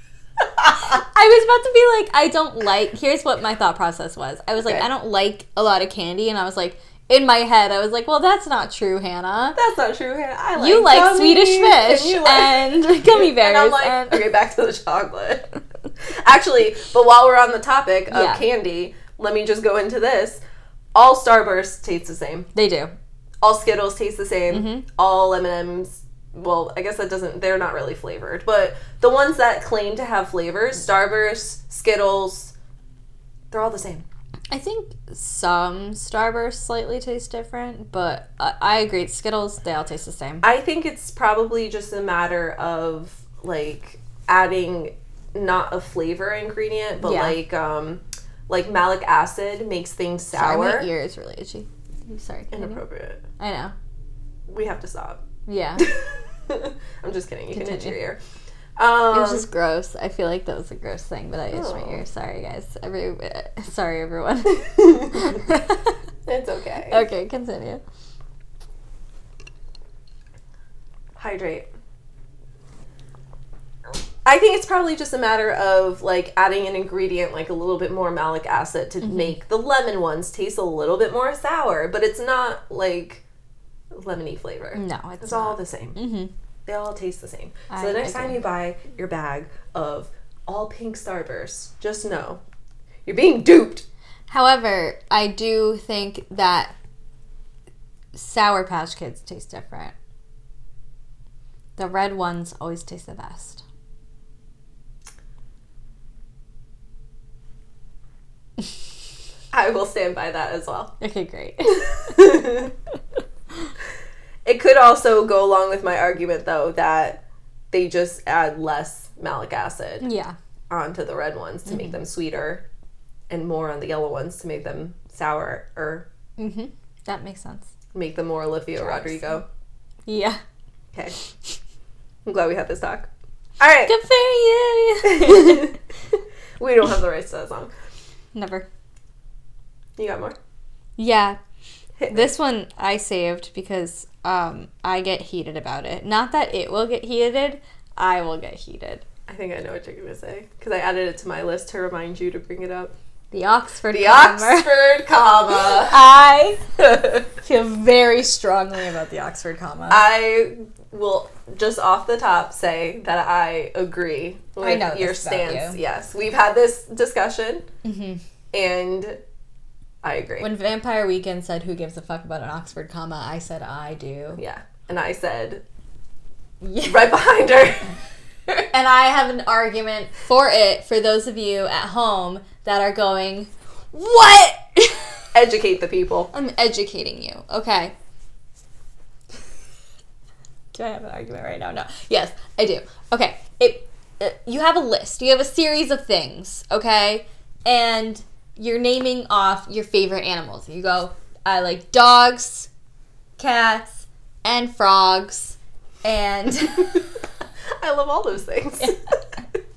S1: I was about to be like, I don't like. Here's what my thought process was. I was like,
S2: Okay.
S1: I don't like a lot of candy, and I was like, in my head, I was like, well, that's not true, Hannah.
S2: That's not true. Hannah. I like
S1: you like
S2: gummies,
S1: Swedish
S2: and
S1: fish
S2: you
S1: and,
S2: like-
S1: gummy bears.
S2: And I'm like,
S1: and-
S2: okay, back to the chocolate. Actually, but while we're on the topic of
S1: Yeah.
S2: candy, let me just go into this. All Starburst tastes the same.
S1: They do.
S2: All Skittles taste the same.
S1: Mm-hmm.
S2: All M and M's. Well, I guess that doesn't. They're not really flavored, but the ones that claim to have flavors, Starburst, Skittles, they're all the same.
S1: I think some Starburst slightly taste different, but I, I agree. Skittles, they all taste the same.
S2: I think it's probably just a matter of like adding not a flavor ingredient, but
S1: Yeah.
S2: like um like malic acid makes things
S1: Sorry,
S2: sour.
S1: my ear is really itchy. I'm sorry. continue.
S2: Inappropriate.
S1: I know.
S2: We have to stop.
S1: Yeah.
S2: I'm just kidding. You can hit your
S1: Continue.
S2: ear.
S1: It
S2: Um,
S1: was just gross. I feel like that was a gross thing, but I itched my
S2: Oh.
S1: ear. Sorry, guys. Every uh, sorry, everyone.
S2: it's okay.
S1: okay, continue.
S2: Hydrate. I think it's probably just a matter of like adding an ingredient like a little bit more malic acid
S1: Mm-hmm.
S2: to make the lemon ones taste a little bit more sour, but it's not like lemony flavor.
S1: No, it's,
S2: It's
S1: not.
S2: all the same.
S1: Mhm.
S2: They all taste the same. So
S1: Mm. I
S2: the next time
S1: agree.
S2: you buy your bag of all pink starbursts, just know you're being duped.
S1: However, I do think that Sour Patch Kids taste different. The red ones always taste the best.
S2: I will stand by that as well.
S1: Okay, great.
S2: It could also go along with my argument though that they just add less malic acid
S1: yeah.
S2: onto the red ones to make them sweeter and more on the yellow ones to make them sour or Mm-hmm.
S1: Mhm. That makes sense.
S2: make them more Olivia Rodrigo.
S1: Yeah.
S2: Okay. I'm glad we had this talk. All right.
S1: Good for you.
S2: we don't have the rights to that song.
S1: Never.
S2: You got more?
S1: Yeah. This one I saved because um, I get heated about it. Not that it will get heated, I will get heated.
S2: I think I know what you're going to say because I added it to my list to remind you to bring it up.
S1: The Oxford
S2: The
S1: comma.
S2: Oxford comma.
S1: I feel very strongly about the Oxford comma.
S2: I will just off the top say that I agree with
S1: I know
S2: your
S1: this about
S2: stance.
S1: you.
S2: Yes, we've had this discussion,
S1: Mhm.
S2: and I agree.
S1: when Vampire Weekend said, "Who gives a fuck about an Oxford comma?" I said, "I do."
S2: yeah, and I said
S1: Yeah.
S2: right behind her.
S1: And I have an argument for it for those of you at home that are going, "What?"
S2: Educate the people.
S1: I'm educating you, okay? Do I have an argument right now? No. Yes, I do. Okay. It, it you have a list. You have a series of things, okay? And you're naming off your favorite animals. You go, I like dogs, cats, and frogs, and
S2: I love all those things.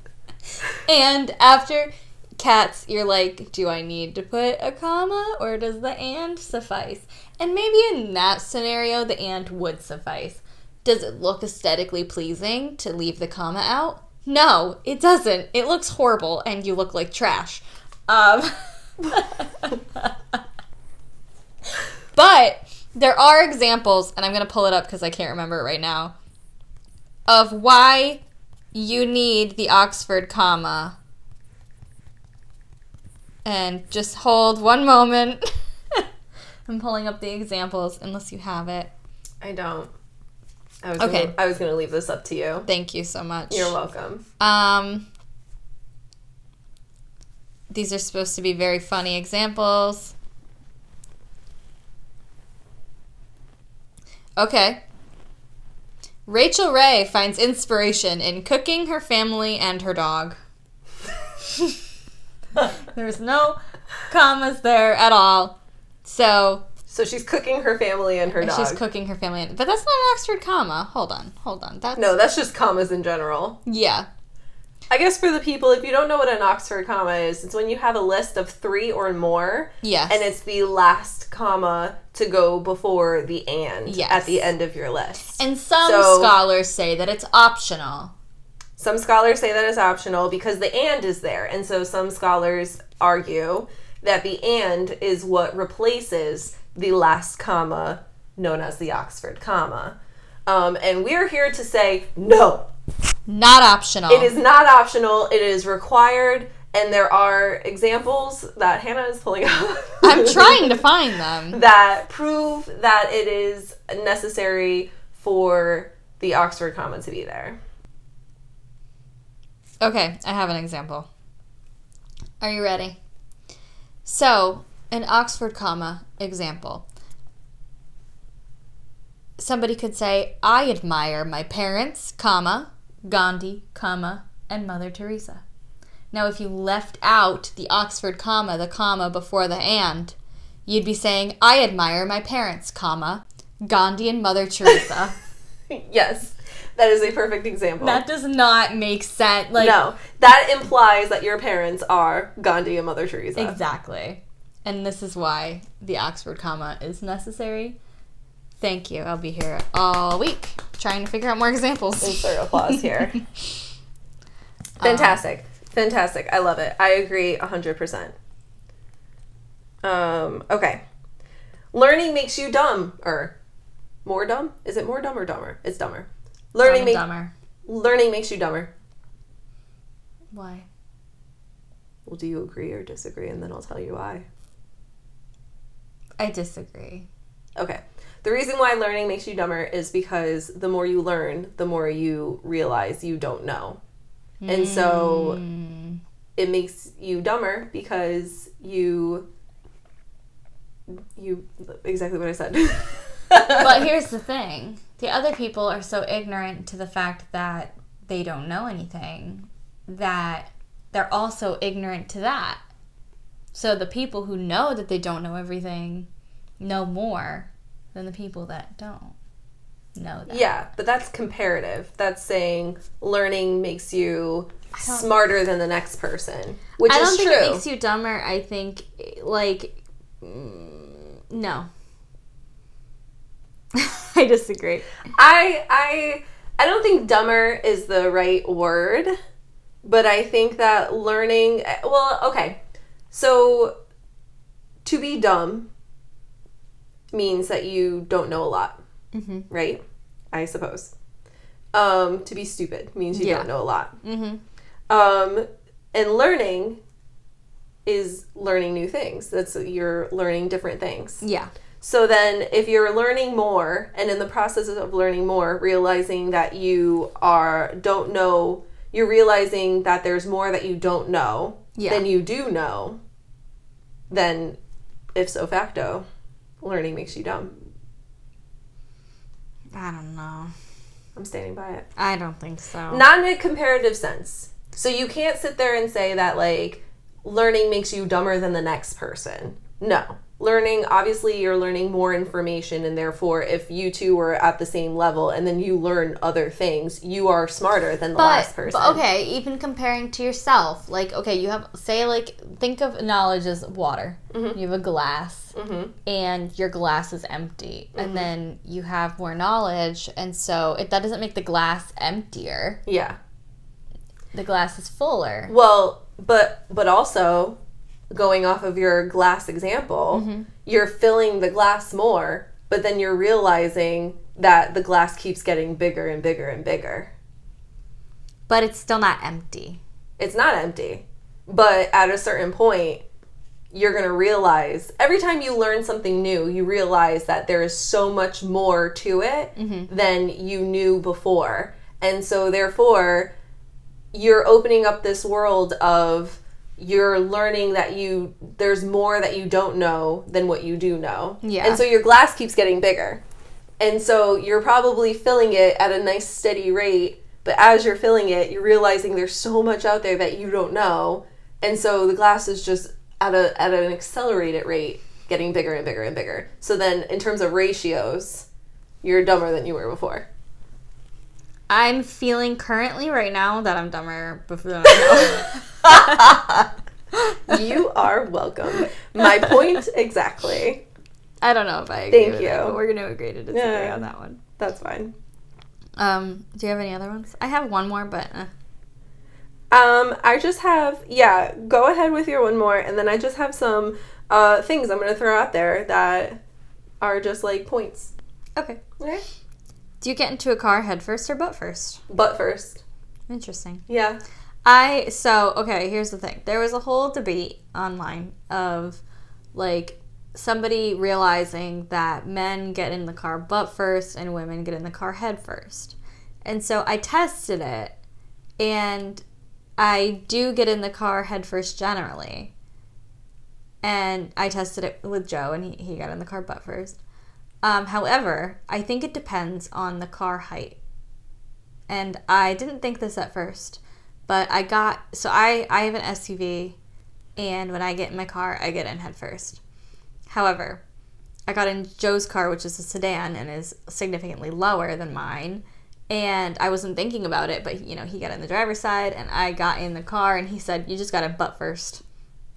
S1: and after cats, you're like, do I need to put a comma or does the and suffice? And maybe in that scenario, the and would suffice. Does it look aesthetically pleasing to leave the comma out? No, it doesn't. It looks horrible and you look like trash. Um, but there are examples, and I'm going to pull it up because I can't remember it right now, of why you need the Oxford comma. And just hold one moment. I'm pulling up the examples unless you have it.
S2: I don't. I was
S1: Okay.
S2: Gonna, I was going to leave this up to you.
S1: Thank you so much.
S2: You're welcome.
S1: Um These are supposed to be very funny examples. Okay. Rachel Ray finds inspiration in cooking her family and her dog. There's no commas there at all. So
S2: So she's cooking her family and her dog.
S1: she's cooking her family, and, but that's not an Oxford comma. Hold on, hold on. That's
S2: no, that's just commas in general.
S1: Yeah,
S2: I guess for the people, if you don't know what an Oxford comma is, it's when you have a list of three or more,
S1: yes.
S2: and it's the last comma to go before the and
S1: Yes.
S2: at the end of your list.
S1: and some
S2: so-
S1: scholars say that it's optional.
S2: Some scholars say that is optional because the and is there, and so some scholars argue that the and is what replaces the last comma known as the Oxford comma. Um, and we're here to say no,
S1: Not optional.
S2: It is not optional. It is required, and there are examples that Hannah is pulling up.
S1: I'm trying to find them.
S2: that prove that it is necessary for the Oxford comma to be there.
S1: Okay, I have an example. Are you ready? So, an Oxford comma example. Somebody could say, "I admire my parents, comma, Gandhi, comma, and Mother Teresa." Now, if you left out the Oxford comma, the comma before the and, you'd be saying, "I admire my parents, comma, Gandhi and Mother Teresa."
S2: yes, that is a perfect example.
S1: that does not make sense. Like
S2: no, that implies that your parents are Gandhi and Mother Teresa.
S1: Exactly. And this is why the Oxford comma is necessary. Thank you. I'll be here all week trying to figure out more examples.
S2: Insert applause here. Fantastic. Fantastic. I love it. I agree 100%. Um, okay. Learning makes you dumb or more dumb? Is it more dumb or dumber? It's dumber. Learning
S1: Dumb and
S2: make,
S1: dumber.
S2: learning makes you dumber.
S1: Why?
S2: Well, do you agree or disagree and then I'll tell you why.
S1: I disagree.
S2: Okay. The reason why learning makes you dumber is because the more you learn, the more you realize you don't know. And so
S1: Mm,
S2: it makes you dumber because you you exactly what I said.
S1: but here's the thing the other people are so ignorant to the fact that they don't know anything that they're also ignorant to that. So the people who know that they don't know everything know more than the people that don't know that.
S2: yeah, but that's comparative. That's saying learning makes you
S1: don't-
S2: smarter than the next person, which
S1: I don't
S2: is
S1: think
S2: true.
S1: it makes you dumber. I think like mm, no. I disagree.
S2: I I I don't think dumber is the right word, but I think that learning well, okay. So to be dumb means that you don't know a lot.
S1: Mhm.
S2: Right? I suppose. Um to be stupid means you
S1: Yeah.
S2: don't know a lot.
S1: Mm-hmm.
S2: Um and learning is learning new things. That's you're learning different things.
S1: Yeah.
S2: So then, if you're learning more, and in the process of learning more, realizing that you are don't know, you're realizing that there's more that you don't know
S1: Yeah.
S2: than you do know. Then, if so facto, learning makes you dumb.
S1: I don't know.
S2: I'm standing by it.
S1: I don't think so.
S2: Not in a comparative sense. So you can't sit there and say that like learning makes you dumber than the next person. No. Learning, obviously, you're learning more information, and therefore, if you two were at the same level and then you learn other things, you are smarter than the
S1: but,
S2: last person.
S1: but okay, even comparing to yourself, like okay, you have say like think of knowledge as water. You have a glass, and your glass is empty, and then you have more knowledge, and so it, that doesn't make the glass emptier.
S2: Yeah.
S1: The glass is fuller.
S2: Well, but but also going off of your glass example,
S1: Mm-hmm.
S2: you're filling the glass more, but then you're realizing that the glass keeps getting bigger and bigger and bigger.
S1: but it's still not empty.
S2: it's not empty. But at a certain point, you're going to realize every time you learn something new, you realize that there is so much more to it than you knew before. And so, therefore, you're opening up this world of you're learning that you there's more that you don't know than what you do know.
S1: Yeah.
S2: And so your glass keeps getting bigger. And so you're probably filling it at a nice steady rate, but as you're filling it, you're realizing there's so much out there that you don't know. And so the glass is just at a at an accelerated rate getting bigger and bigger and bigger. So then in terms of ratios, you're dumber than you were before.
S1: I'm feeling currently right now that I'm dumber before than I know.
S2: You are welcome. My point exactly.
S1: I don't know if I agree
S2: Thank
S1: with it,
S2: you.
S1: but we're gonna agree to disagree
S2: Yeah.
S1: on that one.
S2: That's fine.
S1: Um, do you have any other ones? I have one more, but uh,
S2: Um, I just have yeah. Go ahead with your one more, and then I just have some uh, things I'm gonna throw out there that are just like points.
S1: okay.
S2: Okay.
S1: Do you get into a car head first or butt first?
S2: But first,
S1: Interesting.
S2: yeah,
S1: I so okay, here's the thing. There was a whole debate online of like somebody realizing that men get in the car butt first and women get in the car head first. And so I tested it and I do get in the car head first generally. And I tested it with Joe and he, he got in the car butt first. Um, however, I think it depends on the car height. And I didn't think this at first but I got so I I have an SUV, and when I get in my car, I get in head first. However, I got in Joe's car, which is a sedan and is significantly lower than mine, and I wasn't thinking about it, but you know he got in the driver's side, and I got in the car, and he said, "You just got to butt first.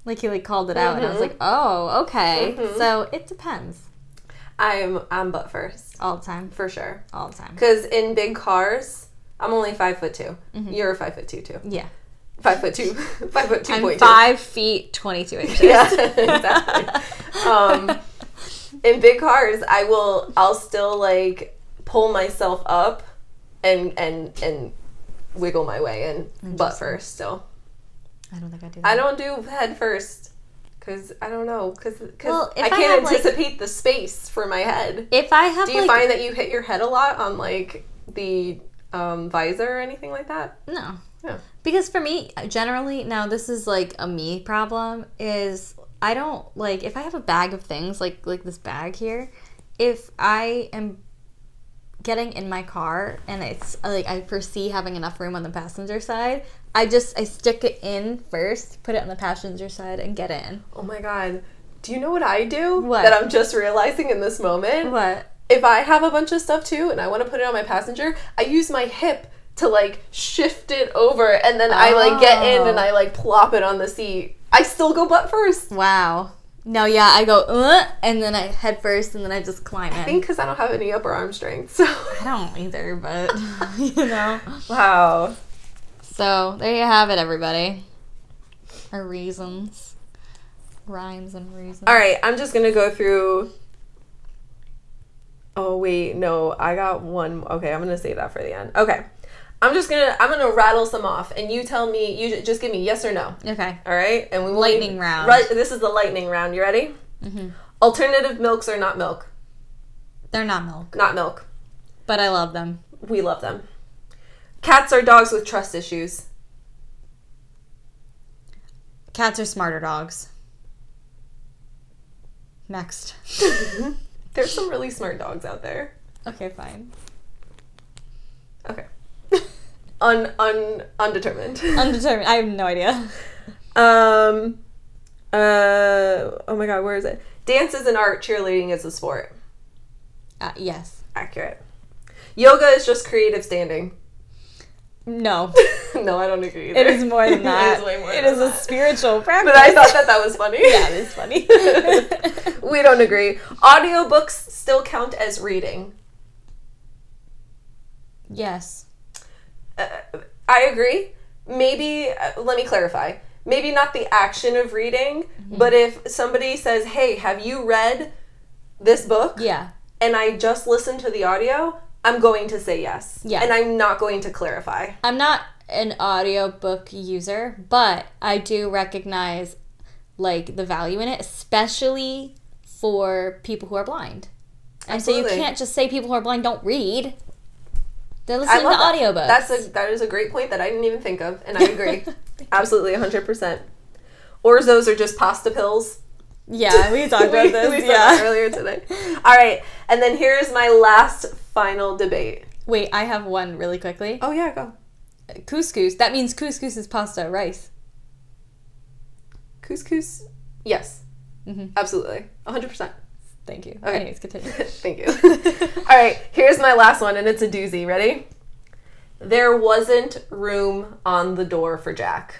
S1: Like he like called it out, and I was like, "Oh, okay." So it depends
S2: I'm I'm but first
S1: all the time,
S2: for sure.
S1: all the time.
S2: Because in big cars, I'm only five foot 2
S1: Mm-hmm.
S2: You're five foot two too.
S1: Yeah,
S2: Five foot two. five foot two
S1: I'm
S2: point two.
S1: five feet twenty two inches.
S2: Yeah, exactly. Um, in big cars, I will. I'll still like pull myself up and and and wiggle my way in butt first. Still,
S1: I don't think I do. That.
S2: I don't do head first because I don't know because
S1: Well, if
S2: I
S1: I
S2: can't
S1: have, like-
S2: anticipate the space for my head.
S1: If I have
S2: Do you
S1: like
S2: find that you hit your head a lot on like the um, visor or anything like that?
S1: no,
S2: Yeah.
S1: because for me generally now this is like a me problem is i don't like if i have a bag of things like like this bag here if i am getting in my car and it's like i foresee having enough room on the passenger side i just i stick it in first put it on the passenger side and get in
S2: Oh my god. Do you know what I do
S1: What?
S2: that I'm just realizing in this moment?
S1: what
S2: if I have a bunch of stuff too and I want to put it on my passenger, I use my hip to like shift it over and then I like get in and
S1: Oh.
S2: I like plop it on the seat. I still go butt first.
S1: wow no yeah i go uh, and then i head first and then i just climb in
S2: I think because I don't have any upper arm strength. So
S1: I don't either but you know
S2: wow.
S1: So there you have it, everybody. Our reasons, rhymes and reasons.
S2: All right, I'm just gonna go through. Oh wait, no, I got one. Okay, I'm gonna save that for the end. Okay, I'm just gonna I'm gonna rattle some off and you tell me. You ju- just give me yes or no.
S1: Okay.
S2: All right, and we will
S1: Lightning round.
S2: Right, this is the lightning round. You ready?
S1: Mhm.
S2: Alternative milks are not milk.
S1: They're not milk,
S2: Not milk.
S1: but I love them.
S2: We love them. Cats are dogs with trust issues.
S1: Cats are smarter dogs. Next.
S2: There's some really smart dogs out there.
S1: okay, fine.
S2: Okay. un un undetermined.
S1: Undetermined. I have no idea.
S2: um uh oh my god, where is it? Dance is an art, cheerleading is a sport.
S1: Uh, yes.
S2: Accurate. Yoga is just creative standing.
S1: No.
S2: no, I don't agree either.
S1: It is more than that.
S2: it is way more
S1: It
S2: than
S1: is a
S2: that.
S1: spiritual practice.
S2: But I thought that that was funny.
S1: yeah, it is funny.
S2: we don't agree. Audiobooks still count as reading.
S1: yes.
S2: Uh, I agree. Maybe, uh, let me clarify. Maybe not the action of reading,
S1: Mm-hmm.
S2: but if somebody says, hey, have you read this book?
S1: Yeah.
S2: And I just listened to the audio, I'm going to say yes.
S1: Yeah.
S2: And I'm not going to clarify.
S1: I'm not an audiobook user, but I do recognize like the value in it, especially for people who are blind. And so
S2: Absolutely.
S1: you can't just say people who are blind don't read. They're
S2: I
S1: listening
S2: love
S1: to
S2: that.
S1: audiobooks.
S2: That's a, that is a great point that I didn't even think of, and I agree. Absolutely, 100%. Orzos are just pasta pills.
S1: Yeah, we talked about
S2: We-
S1: this.
S2: we said that
S1: yeah.
S2: earlier today. All right, and then here is my last final debate.
S1: Wait, I have one really quickly.
S2: Oh yeah, go
S1: Couscous. That means couscous is pasta, rice.
S2: couscous. Yes, Mm-hmm.
S1: Mhm.
S2: absolutely, one hundred percent.
S1: Thank you.
S2: Okay.
S1: Anyways, continue.
S2: Thank you. All right, here's my last one, and it's a doozy. Ready? There wasn't room on the door for Jack.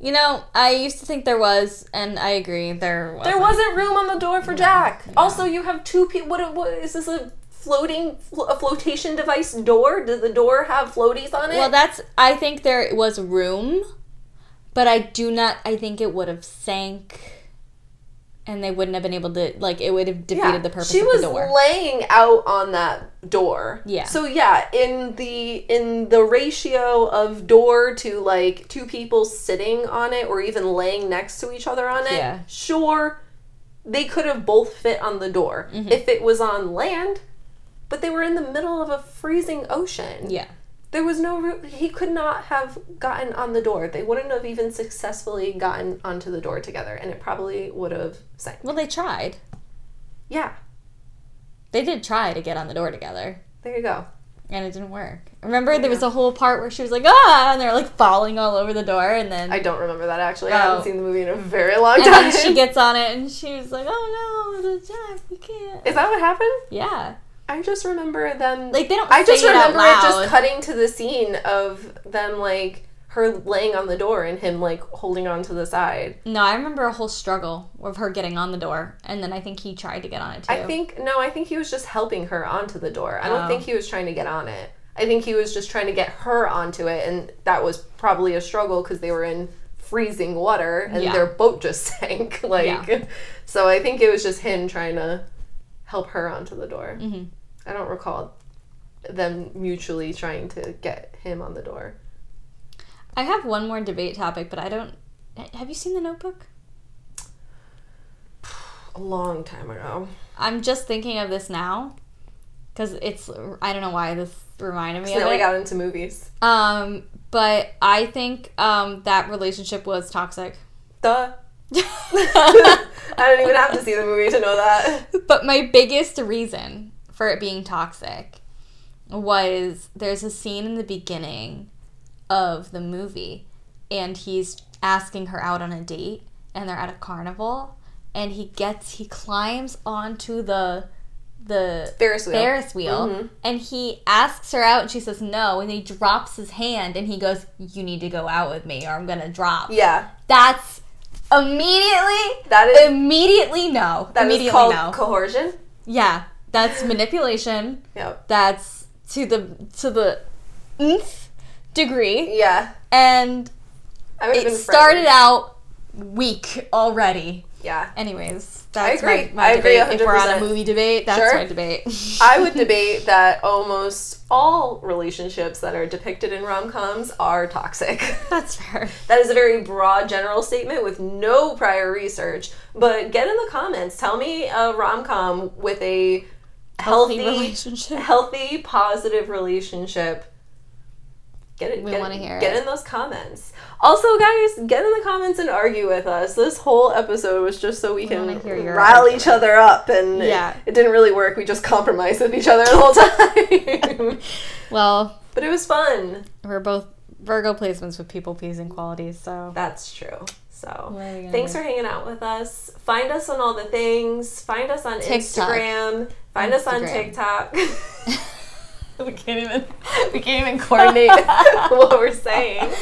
S1: You know, I used to think there was, and I agree, there was.
S2: There wasn't room on the door for Jack. Also, you have two people. What, what is this a floating fl- a flotation device door? Does the door have floaties on it?
S1: Well, that's. I think there was room, but I do not. I think it would have sank, and they wouldn't have been able to. Like, it would have defeated the purpose
S2: she
S1: of
S2: was
S1: the door.
S2: laying out on that door.
S1: Yeah.
S2: So yeah, in the in the ratio of door to like two people sitting on it or even laying next to each other on it,
S1: Yeah.
S2: sure, they could have both fit on the door
S1: Mm-hmm.
S2: if it was on land, but they were in the middle of a freezing ocean.
S1: yeah.
S2: There was no roo- he could not have gotten on the door. They wouldn't have even successfully gotten onto the door together and it probably would have sank.
S1: Well, they tried.
S2: Yeah.
S1: They did try to get on the door together,
S2: There you go.
S1: and it didn't work. Remember, there was a whole part where she was like, ah, and they're like falling all over the door, and then.
S2: I don't remember that actually. I
S1: Oh.
S2: haven't seen the movie in a very long
S1: and
S2: time.
S1: then she gets on it, and she was like, "Oh no, the Jack, we can't."
S2: Is that what happened?
S1: Yeah,
S2: I just remember them.
S1: like they don't.
S2: I just
S1: say it out
S2: remember it just
S1: loud.
S2: cutting to the scene of them like her laying on the door and him like holding on to the side.
S1: No, I remember a whole struggle of her getting on the door, and then I think he tried to get on it too.
S2: I think no, I think he was just helping her onto the door. I don't
S1: Oh.
S2: think he was trying to get on it. I think he was just trying to get her onto it, and that was probably a struggle because they were in freezing water and
S1: Yeah.
S2: their boat just sank. Like, so I think it was just him trying to help her onto the door.
S1: Mhm.
S2: I don't recall them mutually trying to get him on the door.
S1: I have one more debate topic, but I don't. Have you seen The Notebook?
S2: A long time ago.
S1: I'm just thinking of this now because it's. I don't know why this reminded me
S2: So
S1: of
S2: now
S1: it.
S2: we got into movies.
S1: um, but I think um that relationship was toxic.
S2: Duh.
S1: but
S2: I don't even have to see the movie to know that.
S1: my biggest reason for it being toxic was there's a scene in the beginning of the movie and he's asking her out on a date and they're at a carnival and he gets he climbs onto the the
S2: Ferris wheel. Mm-hmm.
S1: Ferris wheel and he asks her out and she says no and he drops his hand and he goes you need to go out with me or I'm going to drop.
S2: Yeah.
S1: That's immediately
S2: That is
S1: immediately no.
S2: That is
S1: immediately
S2: called
S1: no.
S2: coercion.
S1: yeah. That's manipulation.
S2: Yep.
S1: That's to the to the nth degree.
S2: Yeah.
S1: And
S2: I would have
S1: it
S2: been
S1: started
S2: frightened.
S1: out weak already.
S2: Yeah.
S1: Anyways, that's
S2: agree.
S1: my, my
S2: I agree
S1: debate. If we're on a
S2: 100%.
S1: movie debate, that's
S2: Sure.
S1: my debate.
S2: I would debate that almost all relationships that are depicted in rom coms are toxic.
S1: that's fair.
S2: that is a very broad general statement with no prior research, but get in the comments. Tell me a rom com with a healthy,
S1: Healthy relationship.
S2: healthy, positive relationship. Get it.
S1: We
S2: get-
S1: wanna hear
S2: Get
S1: it.
S2: in those comments. Also, guys, get in the comments and argue with us. This whole episode was just so we,
S1: wanna
S2: can
S1: hear your
S2: rile each other up, and it-
S1: Yeah.
S2: it, didn't really work. We just compromised with each other the whole time.
S1: Well,
S2: but it was fun.
S1: we're both Virgo placements with people pleasing qualities, so
S2: That's true. So,
S1: What are you gonna
S2: thanks
S1: do?
S2: for hanging out with us. Find us on all the things. Find us on
S1: TikTok.
S2: Instagram. Find us on
S1: Instagram.
S2: TikTok.
S1: we can't even
S2: we can't even coordinate what we're saying.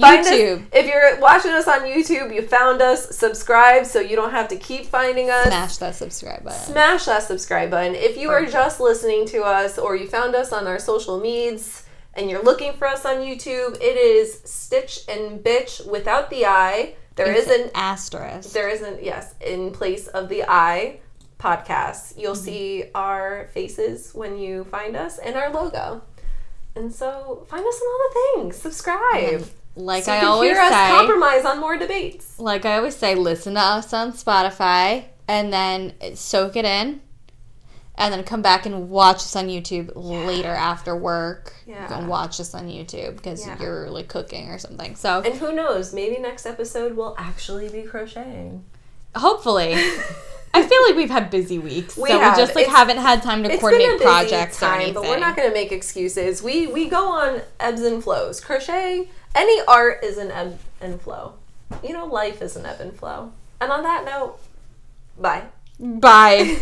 S2: Find us-
S1: YouTube.
S2: if you're watching us on YouTube, you found us. Subscribe so you don't have to keep finding us.
S1: Smash that subscribe button.
S2: Smash that subscribe button. If you are just listening to us or you found us on our social medias and you're looking for us on YouTube, it is Stitch and Bitch without the I. There is an
S1: asterisk.
S2: there isn't yes in place of the i podcast you'll
S1: Mm-hmm.
S2: see our faces when you find us and our logo and so find us on all the things subscribe
S1: Like
S2: So you
S1: I
S2: can
S1: always
S2: hear us
S1: say,
S2: compromise on more debates
S1: like I always say, listen to us on Spotify and then soak it in. and then come back and watch this on YouTube later after work.
S2: Yeah.
S1: You can watch this on YouTube because
S2: Yeah.
S1: you're like cooking or something. So
S2: And who knows? Maybe next episode we'll actually be crocheting.
S1: hopefully. I feel like we've had busy weeks.
S2: We
S1: so
S2: have.
S1: we just like
S2: It's-
S1: haven't had time to coordinate projects or anything.
S2: but we're not going to make excuses. We we go on ebbs and flows. Crochet, any art is an ebb and flow. You know, life is an ebb and flow. And on that note, bye.
S1: Bye.